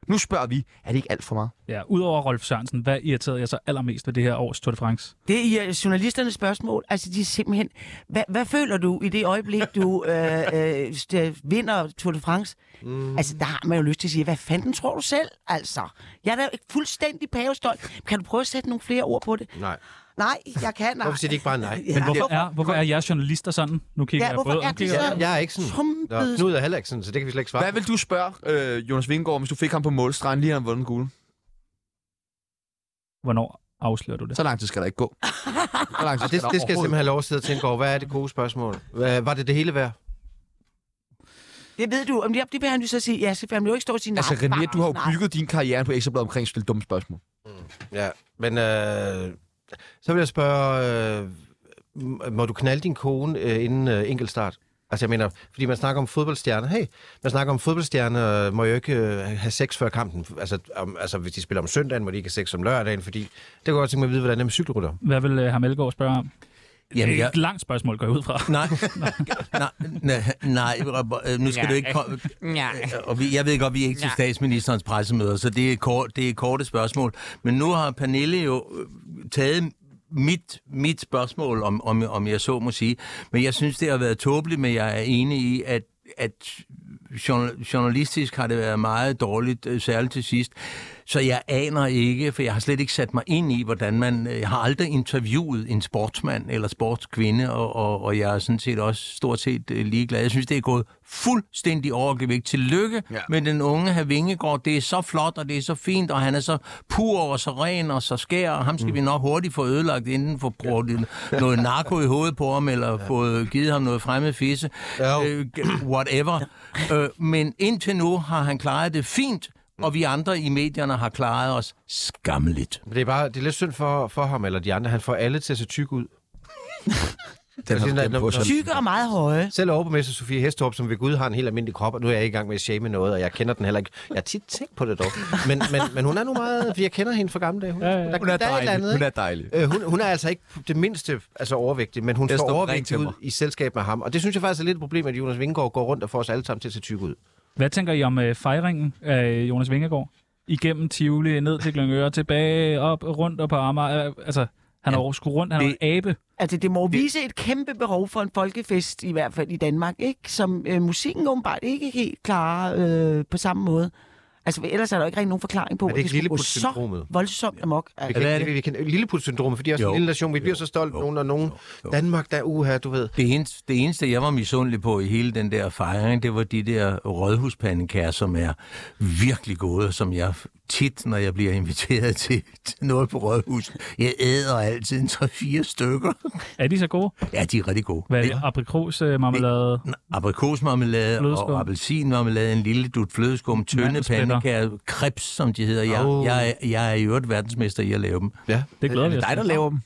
S7: Nu spørger vi, er det ikke alt for meget?
S2: Ja, udover Rolf Sørensen, hvad irriterede jeg så allermest ved det her års Tour de France?
S4: Det er øh, journalisternes spørgsmål. Altså, de er simpelthen... Hvad, hvad føler du i det øjeblik, du øh, øh, st- vinder Tour de France? Mm. Altså, der har man jo lyst til at sige, hvad fanden tror du selv, altså? Jeg er da fuldstændig pavestolt. Kan du prøve at sætte nogle flere ord på det?
S3: Nej.
S4: Nej, jeg kan. Nej.
S3: Hvorfor siger de ikke bare nej?
S2: Men hvorfor er, hvorfor er jeres journalister sådan? Nu kigger
S4: Ja,
S2: jeg
S4: hvorfor
S2: både
S4: er
S2: og
S4: de
S2: kigger-
S4: så-
S3: Jeg, jeg er ikke sådan. Nå,
S4: Trumpet.
S3: Knud er heller ikke sådan, så det kan vi slet ikke svare.
S7: Hvad vil du spørge øh, Jonas Vingegaard, hvis du fik ham på målstregen, lige han vundet den gule?
S2: Hvornår afslører du det?
S7: Så lang tid skal der ikke gå. Så lang tid
S3: Ej, Ah, det, det skal jeg simpelthen have lov at sidde og tænke over. Hvad er det gode spørgsmål? Hvad, var det det hele værd?
S4: Det ved du. Om det, det vil han jo så sige. Ja, så vil han jo ikke stå og sige nej.
S7: Altså René,
S4: bare
S7: du har jo
S4: nej.
S7: bygget din karriere på Ekstrabladet omkring at stille dumme spørgsmål.
S3: Ja, men øh, så vil jeg spørge, øh, m- må du knalde din kone øh, inden øh, enkeltstart? Altså jeg mener, fordi man snakker om fodboldstjerner. Hey, man snakker om fodboldstjerner, øh, må jo ikke øh, have sex før kampen. Altså, om, altså hvis de spiller om søndagen, må de ikke have sex om lørdagen, fordi det kunne jeg godt tænke mig at vide, hvordan det er med cykelrytter.
S2: Hvad vil uh, Melgaard spørge om?
S5: Jamen,
S2: Det er
S5: jeg,
S2: et langt spørgsmål, går jeg ud fra.
S5: Nej, nej, nej, nej, Rob- øh, nu skal du ikke komme. Øh, Og vi, jeg ved godt, vi er ikke til statsministerens pressemøder, så det er, kort, det er korte spørgsmål. Men nu har Pernille jo øh, taget mit, mit spørgsmål, om, om, om jeg så må sige. Men jeg synes, det har været tåbeligt, men jeg er enig i, at, at journal- journalistisk har det været meget dårligt, øh, særligt til sidst. Så jeg aner ikke, for jeg har slet ikke sat mig ind i, hvordan man... øh, Jeg har aldrig interviewet en sportsmand eller sportskvinde, og, og, og jeg er sådan set også stort set øh, ligeglad. Jeg synes, det er gået fuldstændig overgevægt. Tillykke ja. med den unge her Vingegaard. Det er så flot, og det er så fint, og han er så pur og så ren og så skær, og ham skal mm. vi nok hurtigt få ødelagt, inden for brugt noget narko i hovedet på ham, eller ja. fået givet ham noget fremmed fisse.
S3: Ja.
S5: Øh, g- whatever. Øh, men indtil nu har han klaret det fint, og vi andre i medierne har klaret os skammeligt.
S3: Det er bare, det er lidt synd for, for ham eller de andre. Han får alle til at se tyk ud. Den
S7: har du gemt på, så-
S4: Tykke og meget høje.
S3: Selv overborgmester Sofie Hestorp, som ved Gud har en helt almindelig krop, og nu er jeg ikke i gang med at shame noget, og jeg kender den heller ikke. Jeg har tit tænkt på det dog. Men, men, men hun er nu meget, fordi jeg kender hende fra gamle dage. Hun,
S2: Ja, ja.
S3: Der,
S7: Hun er
S3: der et eller
S7: dejlig.
S3: andet,
S7: Hun er dejlig.
S3: Øh, hun, hun er altså ikke det mindste altså overvægtig, men hun
S7: Jeg
S3: står
S7: står
S3: overvægtig
S7: ring til
S3: ud
S7: mig.
S3: i selskab med ham. Og det synes jeg faktisk er lidt et problem, at Jonas Vingegaard går rundt og får os alle sammen til at se tyk ud.
S2: Hvad tænker I om øh, fejringen af Jonas Vingegaard? Igennem Tivoli, ned til Glyngøre, tilbage, op, rundt og på Amager. Øh, altså, han har ja, sgu rundt, han er
S7: det-
S2: en abe.
S4: Altså, det må vise et kæmpe behov for en folkefest, i hvert fald i Danmark, ikke? Som øh, musikken åbenbart ikke helt klarer øh, på samme måde. Altså, ellers er der jo ikke rigtig nogen forklaring på,
S3: Er det
S4: at det
S3: ikke
S4: skulle gå så
S3: Lilleput-syndromet?
S4: voldsomt amok.
S3: Vi
S4: Altså,
S3: kan, ikke- vi kan, Lilleput-syndromet, fordi også
S5: Jo.
S3: en lille nation, vi bliver så stolt, nogen og nogen. Danmark, der er uha, du ved.
S5: Det eneste, det eneste, jeg var misundelig på i hele den der fejring, det var de der rådhuspandekager, som er virkelig gode, som jeg tit, når jeg bliver inviteret til, til noget på rådhus, jeg æder altid en 3-4 stykker.
S2: Er de så gode?
S5: Ja, de er rigtig gode.
S2: Hvad er det? øh, Aprikosmarmelade?
S5: N- Aprikosmarmelade
S2: Flødeskum.
S5: og apelsinmarmelade, en lille dut flødeskum, tynde
S2: Mandelsplitter.
S5: pandekager, krebs, som de hedder. Jeg,
S2: Oh.
S3: Au.
S5: jeg, er- jeg er i øvrigt verdensmester i at lave dem.
S3: Ja.
S2: Det glæder vi os
S7: dig,
S2: til.
S7: der laver dem.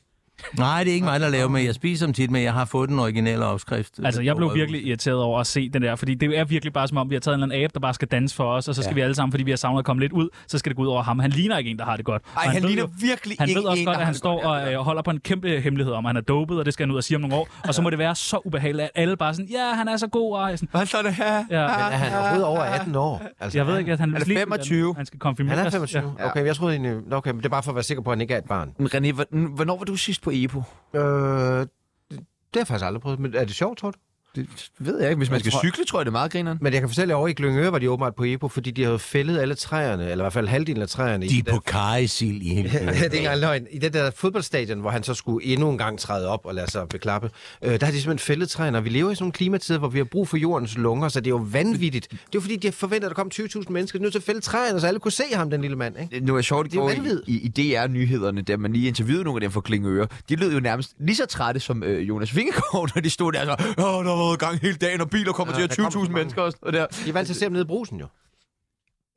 S5: Nej, det er ikke mig, der laver dem, men jeg spiser dem tit, men jeg har fået den originale opskrift.
S2: Altså,
S5: øh,
S2: jeg
S5: på
S2: blev
S5: rådhuset.
S2: virkelig irriteret over at se den der, fordi det er virkelig bare som om, vi har taget en eller anden abe, der bare skal danse for os, og så skal ja. vi alle sammen, fordi vi har savnet at komme lidt ud, så skal det gå ud over ham. Han ligner ikke en, der har det godt. Og
S7: Ej, han,
S2: ved
S7: ligner
S2: jo-
S7: virkelig
S2: Han
S7: ikke
S2: ved også
S7: en,
S2: godt,
S7: der
S2: at
S7: har
S2: han
S7: det
S2: står
S7: godt. Ja,
S2: og øh, holder på en kæmpe hemmelighed om, at han er dopet, og det skal han ud og sige om nogle år. Og så må det være så ubehageligt, at alle bare sådan, ja, han er så god. Og jeg sådan,
S7: Og han står der her.
S2: ja,
S3: Men er han overhovedet over 18 år? Altså,
S2: jeg ved ikke, at han,
S7: Han er
S2: lige-
S7: 25.
S2: Han skal konfirmeres.
S3: Han er 25.
S7: Ja.
S3: Okay, men jeg troede egentlig... nå, Okay, men det er bare for at være sikker på, at han ikke er et barn.
S7: Men René, hvor- hvornår var du sidst på E EPO?
S3: Øh, det, det har jeg faktisk aldrig prøvet, men er det sjovt, tror du?
S7: Det ved jeg ikke. Hvis man skal cykle, tror jeg, det er meget grineren.
S3: Men jeg kan fortælle, at over i Glyngøre var de åbenbart på Epo, fordi de havde fældet alle træerne, eller i hvert fald halvdelen af træerne.
S5: De
S3: i
S5: er på karisild i hele
S3: det er ikke engang løgn. I det der fodboldstadion, hvor han så skulle endnu en gang træde op og lade sig beklappe, øh, der har de simpelthen fældet træerne, og vi lever i sådan nogle klimatider, hvor vi har brug for jordens lunger, så det er jo vanvittigt. Det er jo fordi, de forventer, at der kom 20.000 mennesker, de er nødt til at fælde træerne, så alle kunne se ham, den lille mand. Ikke?
S7: Det var sjovt i
S3: Det er
S7: går i,
S3: vanvid.
S7: i, i DR-nyhederne, da man lige interviewede nogle af dem fra Klingøre. De lød jo nærmest lige så trætte som øh, Jonas Vingegaard, når de stod der og så, Åh, der har været gang hele dagen, og biler kommer
S3: Ja,
S7: til at
S3: der kommer så
S7: 20.000
S3: mange."
S7: mennesker og sådan noget der.
S3: De er vant til at se ham nede i brusen jo.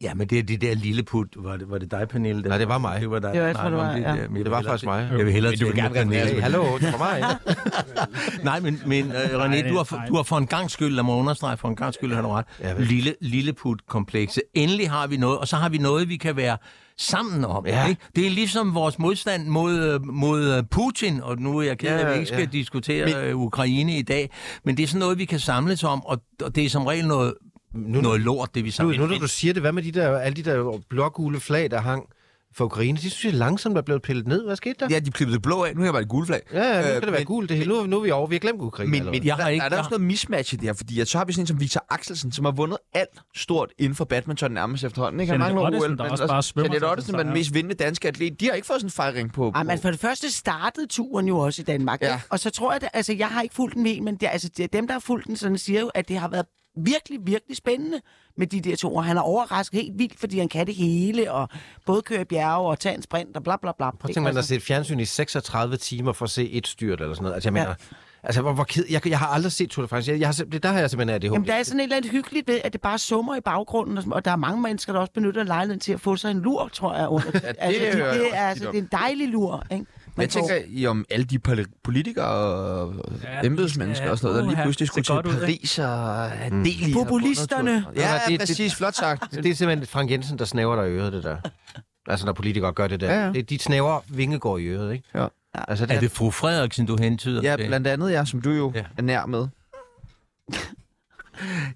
S5: Ja, men det er det der lille put. Var det, var det dig, Pernille? der-
S3: Nej, det var mig.
S5: Det var dig.
S4: Ja, jeg tror, det var-
S5: men
S4: ja.
S5: der- men jeg
S3: Det
S5: vil
S3: var
S5: hellere-
S3: faktisk mig.
S5: Jeg vil hellere
S7: Men du vil
S5: tale
S7: gerne
S5: med
S7: referere
S5: Pernille.
S7: til
S3: Hey, hallo, det var mig.
S5: Nej, men, men øh, René, du har, du har for en gang skyld, lad mig understrege, for en gang skyld har du ret,
S3: Ja, vel.
S5: lille, lilleput-komplekse. Endelig har vi noget, og så har vi noget, vi kan være sammen om.
S3: Ja.
S5: Ikke? Det er ligesom vores modstand mod, øh, mod øh, Putin, og nu er jeg ked af, at vi
S3: Ja,
S5: ikke skal
S3: ja.
S5: diskutere øh, Ukraine i dag, men det er sådan noget, vi kan samles om, og, og det er som regel noget,
S3: Nu-
S5: noget lort, det vi
S3: Nu,
S5: samles
S3: nu når du siger det, hvad med de der, alle de der blågule flag, der hang for Ukraine, de synes jeg langsomt er blevet pillet ned. Hvad skete der?
S7: Ja, de klippede det blå af. Nu har jeg bare et gule flag.
S3: Ja, ja, nu skal det være
S7: men-
S3: gult det hele. Nu, nu er vi over. Vi har glemt Ukraine.
S7: Men,
S3: allerede.
S7: men
S5: Jeg har
S7: der,
S5: ikke-
S7: der er der
S5: jeg
S7: også
S5: har-
S7: noget mismatch i det her, fordi at så har vi sådan en som Victor Axelsen, som har vundet alt stort inden for badminton nærmest efterhånden. Ikke? Han
S2: Janette
S7: mangler OL,
S2: Ottesen, der
S7: men
S2: også
S1: altså,
S2: bare svømmer
S7: Janette
S2: sig
S7: Ottesen,
S2: til
S7: der er den
S2: sejr.
S7: mest vindende danske atlet. De har ikke fået sådan en fejring på...
S4: Ej,
S7: på-
S4: men for det første startede turen jo også i Danmark,
S7: Ja.
S4: ja. og så tror jeg, at, altså jeg har ikke fulgt den helt, men det, altså, det, er dem, der har fulgt den, sådan, siger jo, at det har været virkelig, virkelig spændende med de der to, og han er overrasket helt vildt, fordi han kan det hele, og både køre i bjerge og tage en sprint og bla bla bla.
S3: Prøv at
S4: Ikke?
S3: tænke, man har
S4: Altså,
S3: set fjernsyn i 36 timer for at se et styrt eller sådan noget. Altså, jeg mener, altså hvor, hvor ked... Jeg, jeg har aldrig set Tour de France. Jeg, jeg har, sim- det, der har jeg simpelthen ADHD.
S4: Jamen, der er sådan et eller andet hyggeligt ved, at det bare summer i baggrunden, og sådan- og der er mange mennesker, der også benytter lejligheden til at få sig en lur, tror jeg. Under. ja, det, altså, det,
S7: hører jeg
S4: det,
S7: også
S4: er, altså,
S7: tit om.
S4: det er en dejlig lur, ikke?
S7: Hvad
S4: Man får-
S7: tænker I om alle de poli- politikere og ja,
S2: Ja,
S7: embedsmennesker
S2: ja,
S7: og sådan noget, der lige
S2: uha,
S7: pludselig
S2: det
S7: skulle
S2: ser
S7: til
S2: godt ud, ikke?
S7: Paris og have del i... at have
S4: Populisterne.
S7: vundet turen?
S3: Ved du
S7: Ja,
S3: hvad,
S7: ja,
S3: det- det-
S7: præcis. Flot sagt.
S3: Det er simpelthen Frank Jensen, der snæver dig i øret, det der. Altså, når politikere gør det der.
S7: Ja, ja.
S3: Det, de snæver Vingegård i øret, ikke?
S7: Ja.
S3: Altså, det,
S5: Er det fru Frederiksen, du hentyder
S7: Ja,
S5: til?
S7: blandt andet, ja, som du jo
S5: Ja.
S7: er nær med.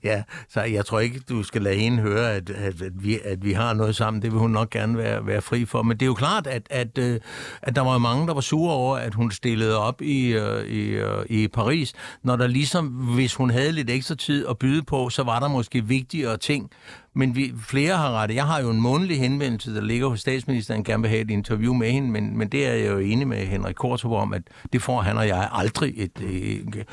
S5: Ja, så jeg tror ikke, du skal lade hende høre, at, at, at, vi, at vi har noget sammen. Det vil hun nok gerne være, være fri for. Men det er jo klart, at, at, øh, at der var mange, der var sure over, at hun stillede op i, øh, i, øh, i Paris, når der ligesom, hvis hun havde lidt ekstra tid at byde på, så var der måske vigtigere ting. Men vi, flere har ret. Jeg har jo en månedlig henvendelse, der ligger hos statsministeren, gerne vil have et interview med hende, men, men det er jeg jo enig med Henrik Kortrup om, at det får han og jeg aldrig et... øh,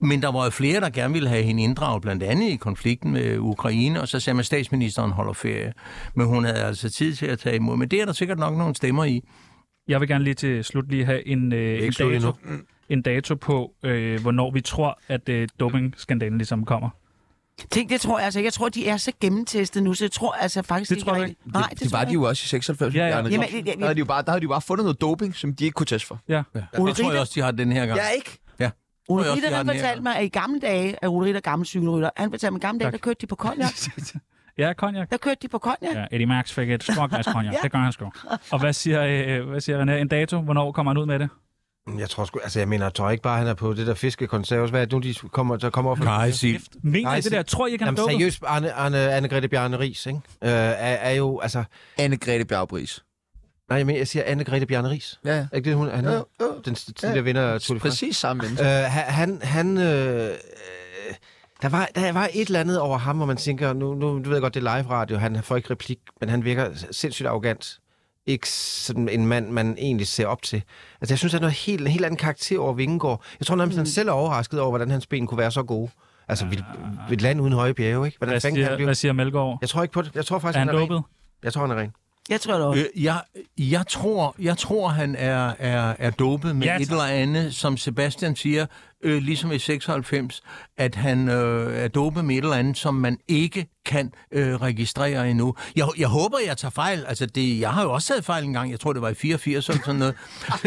S5: men der var jo flere, der gerne ville have hende inddraget, blandt andet i konflikten med Ukraine, og så sagde man, at statsministeren holder ferie. Men hun havde altså tid til at tage imod. Men det er der sikkert nok nogle stemmer i.
S2: Jeg vil gerne lige til slut lige have en, øh, en,
S3: ikke slut
S2: dato, en dato på, øh, hvornår vi tror, at øh, dopingskandalen ligesom kommer.
S4: Tænk, det tror jeg altså ikke. Jeg tror, de er så gennemtestet nu, så jeg tror altså faktisk
S2: Det
S4: ikke
S2: tror du
S4: rigtigt. Nej, det,
S7: det
S4: tror
S7: var
S4: jeg
S7: de jo også i 96.
S2: Ja, ja.
S7: Bjarne.
S4: Jamen, det- det-
S7: der, havde de jo bare, der havde de jo bare fundet noget doping, som de ikke kunne teste for.
S2: Ja.
S5: Ja. Det tror jeg også, de har den her gang.
S7: Ja, ikke?
S5: Ja.
S4: Ole
S5: jeg også,
S4: Ritter,
S5: de har
S4: han
S5: den her.
S4: fortalte mig, at i gamle dage, at Ole Ritter, gammel cykelrytter, han fortalte mig, at i gamle dage, der kørte de på konjak.
S2: Ja, konjak.
S4: Der kørte de på konjak.
S2: Ja, Eddie Max fik et stort glas konjak.
S4: Ja.
S2: Det gør han sgu. Og hvad siger, øh, hvad siger René? En dato? Hvornår kommer han ud med det?
S3: Jeg tror sgu, altså jeg mener, jeg tror ikke bare, han er på det der fiskekonserves. Hvad er det nu, de kommer, der kommer op?
S7: Nej, sig.
S2: Mener
S3: Nej,
S2: I det
S3: sig-
S2: der? Tror I ikke, han
S3: Jamen
S2: er dukket?
S3: seriøst, Arne, Arne, Anne-Grethe Bjarne Ries, ikke? Øh, er, er, jo, altså...
S7: Anne-Grethe Bjergbris.
S3: Nej, jeg, mener, jeg siger Anne-Grethe Bjerne Ries.
S7: Ja,
S3: Er ikke det, hun han,
S7: Jo,
S3: hedder?
S7: jo.
S3: Den s- tidligere vinder af Tour de France.
S7: Præcis samme menneske.
S3: Øh, ha- han, han, øh, øh, der, var, der var et eller andet over ham, hvor man tænker, nu, nu du ved jeg godt, det er live radio, han får ikke replik, men han virker sindssygt arrogant. Ikke sådan en mand, man egentlig ser op til. Altså, jeg synes, han er noget helt, en helt anden karakter over Vingegaard. Jeg tror
S7: Mm.
S3: nærmest, han selv er overrasket over, hvordan hans ben kunne være så gode. Altså, ja, ved et land uden høje bjerge, ikke? Hvordan
S2: Hvad
S3: fanden kan
S2: siger,
S3: han
S2: hvad
S3: blive?
S2: siger Melgaard?
S3: Jeg tror ikke på det. Jeg tror faktisk,
S2: Er han
S3: han er ren.
S2: dopet?
S3: Jeg tror, han er ren.
S4: Jeg tror det også.
S5: Øh, jeg, jeg, tror, jeg tror, han er, er, er dopet med
S2: Ja,
S5: ja,
S2: tak.
S5: et eller andet, som Sebastian siger, øh, ligesom i 96, at han øh, er dopet med et eller andet, som man ikke kan øh, registrere endnu. Jeg, jeg håber, jeg tager fejl. Altså, det, jeg har jo også taget fejl en gang. Jeg tror, det var i 84 eller sådan noget.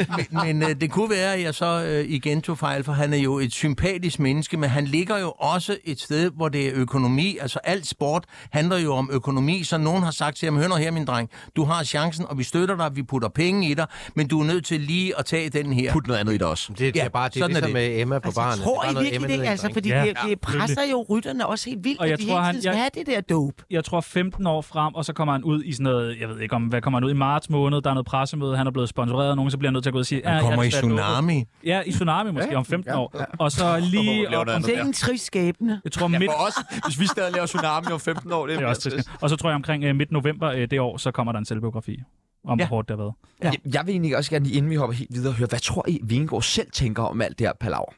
S5: men men øh, det kunne være, at jeg så øh, igen tog fejl, for han er jo et sympatisk menneske, men han ligger jo også et sted, hvor det er økonomi. Altså, alt sport handler jo om økonomi, så nogen har sagt til ham, hør nu her, min dreng, du har chancen, og vi støtter dig, vi putter penge i dig, men du er nødt til lige at tage den her.
S7: Put noget andet i det også.
S3: Det, ja,
S5: Ja,
S3: er bare det, er
S5: sådan er
S3: ligesom
S5: det.
S3: med Emma på
S4: Altså,
S3: barnet.
S4: jeg
S3: er
S4: tror
S3: bare
S4: I
S3: noget
S4: virkelig
S3: Emma
S4: det,
S3: ned i
S4: altså,
S3: drengen.
S4: fordi
S2: Ja.
S4: det, det presser jo rytterne også helt vildt,
S2: Og jeg
S4: at de
S2: tror,
S4: hele
S2: han-
S4: tiden skal
S2: jeg-
S4: have det der dope.
S2: Jeg tror 15 år frem, og så kommer han ud i sådan noget, jeg ved ikke om, hvad kommer han ud i marts måned, der er noget pressemøde, han er blevet sponsoreret af nogen, så bliver han nødt til at gå ud og sige, ja,
S5: Han kommer
S2: jeg er
S5: i
S2: desværre dopet."
S5: tsunami.
S2: Ja, i Tsunami måske, om 15 år. Og så lige,
S7: laver
S2: om,
S7: noget
S2: om,
S7: andet.
S4: Det er ikke en trist skæbne.
S2: jeg tror midt,
S7: For os, hvis vi stadig laver Tsunami om 15 år, det er,
S2: det er også trist. Og så tror jeg omkring øh, midt november øh, det år, så kommer der en selvbiografi om, hvor hårdt det har været.
S7: Ja. Jeg, jeg vil egentlig også gerne, lige inden vi hopper helt videre, høre, hvad tror I, Vingegaard selv tænker om alt det her palaver?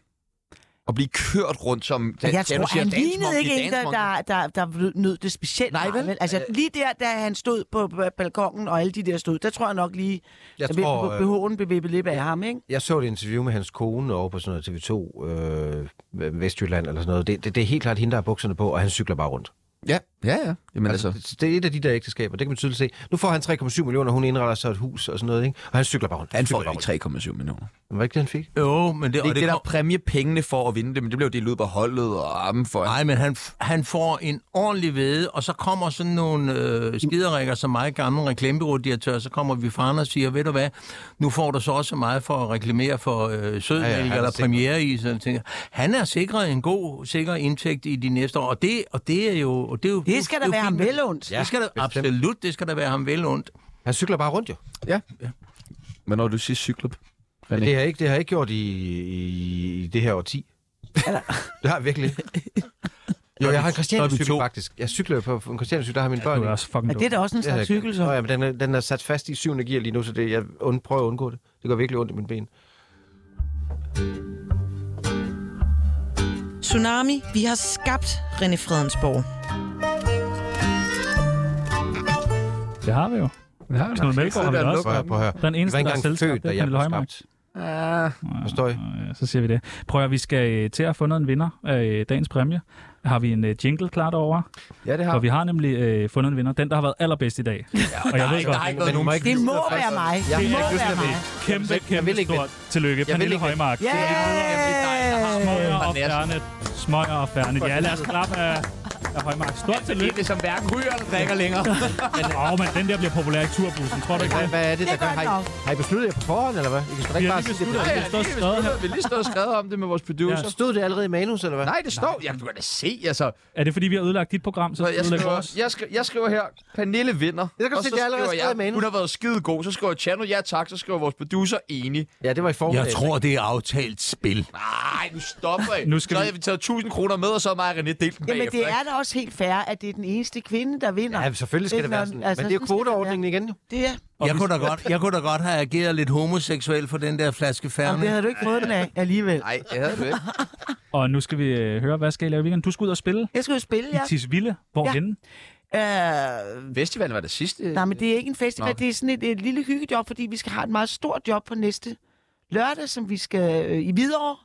S7: At blive kørt rundt som...
S4: Men
S7: Dan-
S4: jeg tror,
S7: Dan- siger
S4: han
S7: dance
S4: lignede
S7: monkey,
S4: ikke en,
S7: dance
S4: der,
S7: monkey.
S4: der, der, der nød det specielt
S7: Nej, vel?
S4: meget, Altså,
S3: Øh.
S4: lige der, da han stod på b- balkongen, og alle de der stod, der tror jeg nok lige,
S3: Jeg
S4: at
S3: tror, øh,
S4: BH'en blev vippet lidt af ham, ikke?
S3: jeg så et interview med hans kone over på sådan noget TV2 øh, Vestjylland eller sådan noget. Det, det, det er helt klart hende, der har bukserne på, og han cykler bare rundt.
S7: Ja, ja, ja. Jamen
S3: Altså,
S7: altså...
S3: det, det er et af de der ægteskaber, det kan man tydeligt se. Nu får han 3,7 millioner, hun indretter sig et hus og sådan noget, ikke? og han cykler bare rundt.
S7: Han får
S3: Cykler bare rundt.
S7: ikke 3,7 millioner. Det
S3: Var det ikke det, han fik?
S5: Jo, men det,
S7: er
S5: og
S7: ikke det,
S5: det
S7: der er præmiepengene for at vinde det, men det blev delt ud på holdet og armen for...
S5: Nej, men han, f- han får en ordentlig vede, og så kommer sådan nogle øh, skiderikker som mig, gammel reklamebureaudirektør, så kommer vi fra og siger, ved du hvad, nu får du så også så meget for at reklamere for øh,
S3: Ja, ja,
S5: sødmælk
S3: han
S5: ja,
S3: er
S5: eller
S3: sikret.
S5: premiereis. Eller ting. Han er sikret en god, sikker indtægt i de næste år, og det, og det er jo... Og det, er jo
S4: Det skal
S5: er
S4: da
S5: jo
S4: være ham
S5: fint.
S4: vel ondt.
S5: det skal der, absolut, det skal der være ham vel ondt.
S3: Han cykler bare rundt jo.
S7: Men når du siger cykler...
S3: Men det har jeg ikke, det har jeg ikke gjort i, i, i det her årti. det har jeg virkelig ikke. Jo, jeg har en Christiania-cykel faktisk. Jeg cykler på på en Christiania-cykel, der har mine børn.
S2: Det er
S3: i.
S2: også fucking
S4: Er det
S2: dumt.
S4: da også en
S3: Det har
S4: slags
S3: jeg ikke.
S4: cykel, så?
S3: Nå, ja, men den, er, den er sat fast i syvende gear lige nu, så det, jeg und, prøver at undgå det. Det gør virkelig ondt i mine ben.
S6: Tsunami, vi har skabt René Fredensborg.
S2: Det har vi jo.
S7: Ja,
S2: Sådan noget Melgaard har vi da også.
S3: Prøv at, prøv at høre.
S2: Den
S3: Jeg var
S2: eneste,
S3: ikke
S2: der er
S3: engang
S2: selvskabt, det
S3: født, da
S2: er
S3: jeg
S2: Pernille
S3: blev
S2: Højmark.
S3: skabt.
S4: Ah.
S3: Forstår I?
S2: Ja, så siger vi det. Prøv at høre, vi skal øh, til at have fundet en vinder af øh, dagens præmie. Har vi en øh, jingle klar derovre?
S7: Ja, det
S2: For vi har nemlig øh, fundet en vinder. Den, der har været allerbedst i dag. Ja, og jeg
S1: altså
S2: ved godt,
S7: ikke været nogen...
S4: Det må være mig. Det må være mig.
S2: kæmpe,
S3: jeg vil
S2: kæmpe
S3: ikke
S2: stort tillykke. Pernille
S3: ikke vinde.
S2: Højmark.
S4: Ja!
S2: Smøger og
S7: Parnassen.
S2: Fernet. Smøger og Fernet. Ja, lad os klappe af, af Højmark. Stort tillykke.
S7: det, som hverken ryger eller drikker længere.
S2: Åh, oh, men den der bliver populær i turbussen. Tror du ikke
S3: Hvad,
S2: det?
S3: hvad er det, der
S4: Det
S3: gør?
S4: gør
S3: Har I,
S4: nok.
S3: har I besluttet jer på forhånd, eller hvad? I kan sgu da
S2: Vi
S3: ikke
S2: har
S3: bare
S2: lige
S3: sige,
S2: besluttet, at
S3: det
S2: vi har stået skrevet her.
S7: Vi har lige stået og skrevet om det med vores producer.
S3: Stod det allerede i manus, eller hvad?
S7: Nej, det står... Jeg kan da se, altså...
S2: Er det, fordi vi har ødelagt dit program, så
S7: Så
S2: skal vi
S7: jeg,
S2: ødelægge vores?
S7: skriver, jeg, skriver, jeg skriver her, Pernille vinder.
S3: kan du
S7: og
S3: se,
S7: så
S3: det er allerede
S7: skriver
S3: skrevet i
S7: jeg,
S3: manus.
S7: hun har været skide god. Så skriver Chano, ja tak. Så skriver vores producer, enig.
S3: Ja, det var i formiddag.
S5: Jeg tror, det er aftalt spil.
S7: Nej, nu stopper I.
S2: Nu skal
S7: så
S2: vi-
S7: havde vi taget 1000 kroner med, og så har mig og René delt den
S4: Jamen,
S7: bagefter.
S4: det
S7: ikke?
S4: er da også helt fair, at det er den eneste kvinde, der vinder.
S3: Ja, selvfølgelig skal det være sådan. Men
S4: Altså,
S3: det er jo
S4: sådan skal det
S3: kvoteordningen igen, jo.
S4: Det er...
S5: Jeg kunne, da godt, jeg kunne da godt have ageret lidt homoseksuel for den der flaske
S4: Jamen, det
S5: færne.
S4: havde du ikke fået den af alligevel.
S7: Nej, det havde du ikke.
S2: Og nu skal vi øh, høre, hvad skal I lave i weekenden? Du skal ud og spille
S4: Jeg skal jo spille,
S2: i
S4: ja.
S2: Tisvilde. Hvor ja.
S4: Øh,
S7: Festivalen var det sidste.
S4: Nej, men det er ikke en festival.
S7: Nå.
S4: Det er sådan et, et lille hyggejob, fordi vi skal have et meget stort job på næste lørdag, som vi skal øh, i Hvidovre.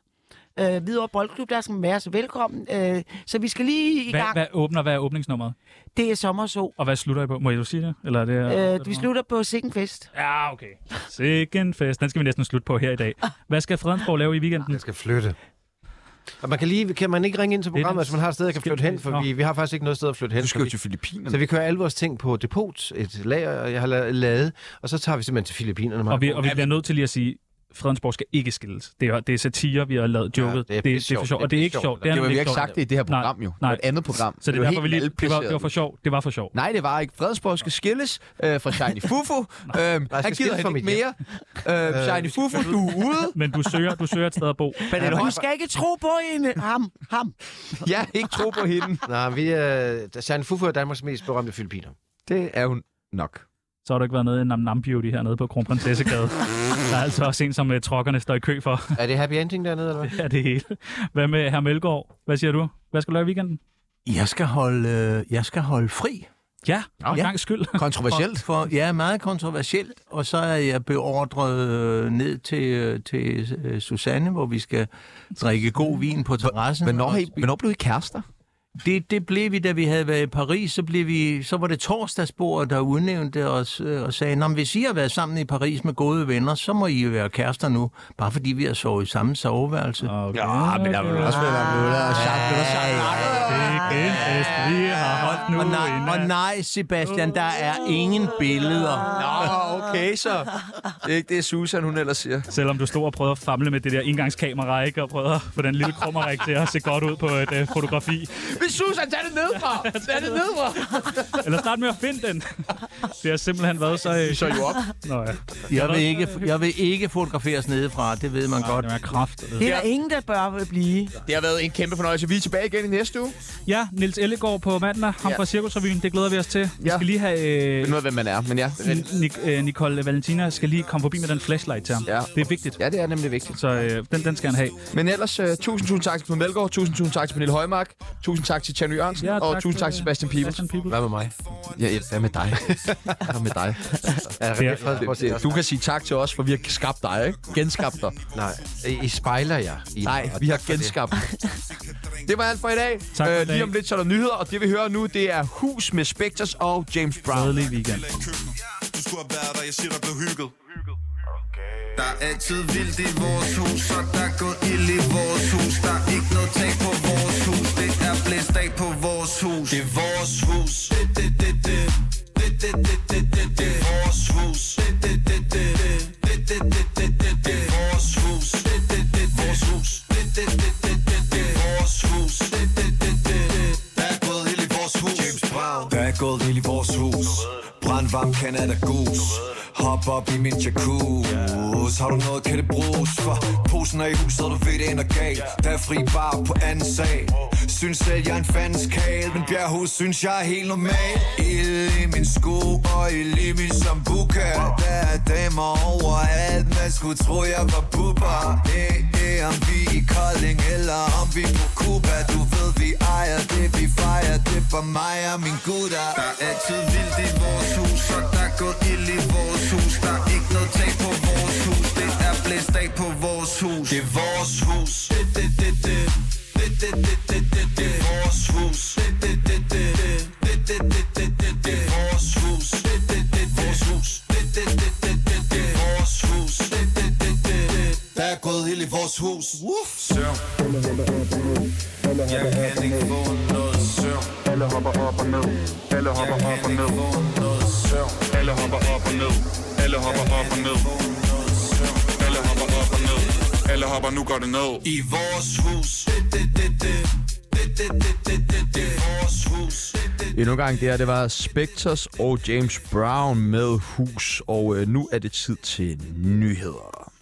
S4: Øh, Hvidovre Boldklub, der skal man være så velkommen. Øh, så vi skal lige i
S2: Hvad,
S4: gang.
S2: hvad åbner, hvad er åbningsnummeret?
S4: Det er sommerså.
S2: Og hvad slutter I på? Må I jo sige det? Eller er det,
S4: Øh, vi slutter på Sikken Fest.
S2: Ja, okay. Sikken fest. Den skal vi næsten slutte på her i dag. Hvad skal Fredensborg lave i weekenden?
S3: skal flytte. Og man kan, lige, kan man ikke ringe ind til
S2: er
S3: programmet,
S2: den
S3: hvis man har et sted, jeg kan flytte hen, for
S2: Nå.
S3: vi, vi har faktisk ikke noget sted at flytte hen.
S7: Du
S3: for
S7: skal jo
S3: vi-
S7: til Filippinerne.
S3: Så vi kører alle vores ting på depot, et lager, jeg har la- lavet, og så tager vi simpelthen til Filippinerne.
S2: Og vi, og vi bliver nødt til lige at sige, Fredensborg skal ikke skilles. Det er, det er satire, vi har lavet joket.
S3: det er
S2: det, det, det, er for
S3: sjovt.
S2: sjovt, og det er ikke sjovt. Det er
S7: Det var, vi
S2: nemlig
S7: har ikke
S2: sjovt.
S7: sagt det i det her
S2: Nej,
S7: program jo. Det var
S2: nej.
S7: et andet program.
S2: Så det er
S7: var
S2: derfor, vi
S7: helt
S2: lige... Det var, det var
S7: malplaceret.
S2: for sjovt. Det var for sjovt.
S7: Nej, det var ikke. Fredensborg skal skilles øh, fra Shiny Fufu. øhm, han gider
S3: skilles fra
S7: han ikke
S3: mit
S7: mere. Øh, Shiny Fufu, du er ude.
S2: Men du søger, du søger et sted at bo.
S7: Pernille
S4: Du
S7: Høj,
S4: skal ikke tro på hende. Ham, ham.
S7: jeg ikke tro på hende.
S3: Nej, vi er... Øh, Sjern Fufu er Danmarks mest berømte Filippiner.
S7: Det er hun nok.
S2: Så har du ikke været nede i Nam Nam Beauty hernede på Kronprinsessegade. Der er altså også en, som uh, trokkerne står i kø for.
S3: Er det happy ending dernede, eller hvad?
S2: Ja, det hele. Hvad med herr Melgaard? Hvad siger du? Hvad skal du lave i weekenden?
S5: Jeg skal holde, øh, jeg skal holde fri.
S2: Ja, for
S5: ja.
S2: ja. gang skyld.
S7: Kontroversielt.
S5: For, for, ja, meget kontroversielt. Og så er jeg beordret øh, ned til, øh, til øh, Susanne, hvor vi skal drikke god vin på terrassen.
S7: Hvornår,
S5: Og
S7: har I, hvornår blev I kærester?
S5: det, det blev vi, da vi havde været i Paris. Så, blev vi, så var det torsdagsbordet, der udnævnte os øh, og sagde, at hvis I har været sammen i Paris med gode venner, så må I jo være kærester nu, bare fordi vi har sovet i samme soveværelse. Ja.
S2: Okay. Ja, men der var
S7: Også med Lamulla
S4: Ah.
S7: og
S2: Det er den fest, vi har holdt nu
S5: og,
S2: i
S5: nej, og
S2: nat.
S5: nej, Sebastian, der er ingen billeder.
S7: Nå, okay så. Det er ikke det, Susan hun ellers siger.
S2: Selvom du stod og prøvede at famle med det der indgangskamera, ikke? Og prøvede at få den lille krummerik til at se godt ud på et øh, fotografi.
S7: Hvis Susan, tag det nedfra! Tag det nedfra!
S2: Eller start med at finde den. Det har simpelthen været så... Øh...
S7: Så jo op.
S2: Nå ja.
S5: Jeg vil ikke, jeg vil ikke fotograferes nedefra, det ved man godt.
S2: Det er kraft.
S4: Det er der ingen, der bør blive.
S7: Det har været en kæmpe fornøjelse. Vi er tilbage igen i næste uge.
S2: Ja, Nils Ellegaard på mandag. Ham
S7: Ja.
S2: fra Cirkusrevyen. Det glæder vi os til. Vi
S7: Ja.
S2: skal lige have... Øh...
S7: Jeg ved, hvem man er, men ja.
S2: Nic- øh, Nicole Valentina skal lige komme forbi med den flashlight til ham.
S7: Ja.
S2: Det er vigtigt.
S7: Ja, det er nemlig vigtigt.
S2: Så øh, den, den skal han have.
S7: Men ellers, uh, tusind, tusind tak til Knud Melgaard, tusind, tusind tak til Pernille Højmark, tusind tak til Tjerno Jørgensen,
S2: Ja,
S7: og
S2: tak
S7: tusind
S2: til,
S7: tak til Sebastian
S2: øh,
S7: Pibels.
S2: Sebastian Peebles.
S7: Hvad med mig? Ja, ja hvad med dig? hvad med dig?
S3: Er
S2: Det er-
S3: det, Fred, prøv at se
S7: Det,
S3: os.
S7: du kan sige tak til os, for vi har skabt dig, ikke? Genskabt dig.
S3: Nej, I- I spejler jer. I
S7: Nej, vi har genskabt dig. Det var alt for i dag.
S2: for i
S7: Øh,
S2: dag.
S7: lige om lidt så er der nyheder, og det vi hører nu, det er Hus med Spectres og James Brown.
S2: Glædelig weekend.
S8: Eller i køkken. Du skulle have været der, jeg siger, der blev hygget. Der er altid vildt i vores hus, og der er gået ild i vores hus. Der er ikke noget tag på vores hus, det er blæst af på vores hus. Det er vores hus. Det, det, det, det. Det, det, det, det, det, det er vores hus. Det, det, det, det, det. Det, det, det, det, det, det er vores hus. Det, det, det, det, vores hus. Det, det, det, det, det, det er vores hus. Det, det, det, det, det. Der er gået ild i vores hus. James Brown.
S9: Der er gået ild i vores hus Brandvarm Canada Goose Hop op i min jacuzzi Har du noget, kan det bruges For posen er i huset, og du ved det ender galt Der er fri bar på anden sag Synes selv, jeg er en fandens kale Men bjerghus synes jeg er helt normal Ild i min sko og ild i min sambuka Der er damer overalt Man skulle tro, jeg var bubber Eh, eh, om vi i Kolding eller om vi på Cuba Du ved, vi ejer det, vi fejrer det for mig og min gutter
S8: Der er altid vildt i vores hus, og der er gået ild i vores hus. Der er ikke noget tag på vores hus, det er blæst af på vores hus. Det er vores hus. Det, det, det, det. Det, det, det, det, det, det er vores hus. Det, det, det, det, det. Det, det, det, det, det, det er vores hus. Det, det, det, det, vores hus. Det, det, det, det, det, det er vores hus. Det, det, det, det, det.
S9: Der er gået ild i vores hus Uff.
S8: Søvn. Jeg kan ikke få noget søvn.
S10: Alle hopper op og ned. Alle hopper
S8: Jeg
S10: op og
S8: kan ikke
S10: ned.
S8: få noget søvn.
S10: Alle hopper op og ned. Alle hopper op og ned. Alle hopper op og ned. Alle hopper, nu går det ned.
S8: I vores hus. Det, det, det, det. Det, det, det, det, det, det er vores hus. Det, det,
S7: Endnu en gang, det her, det var Spectres og James Brown med Hus, og øh, nu er det tid til nyheder.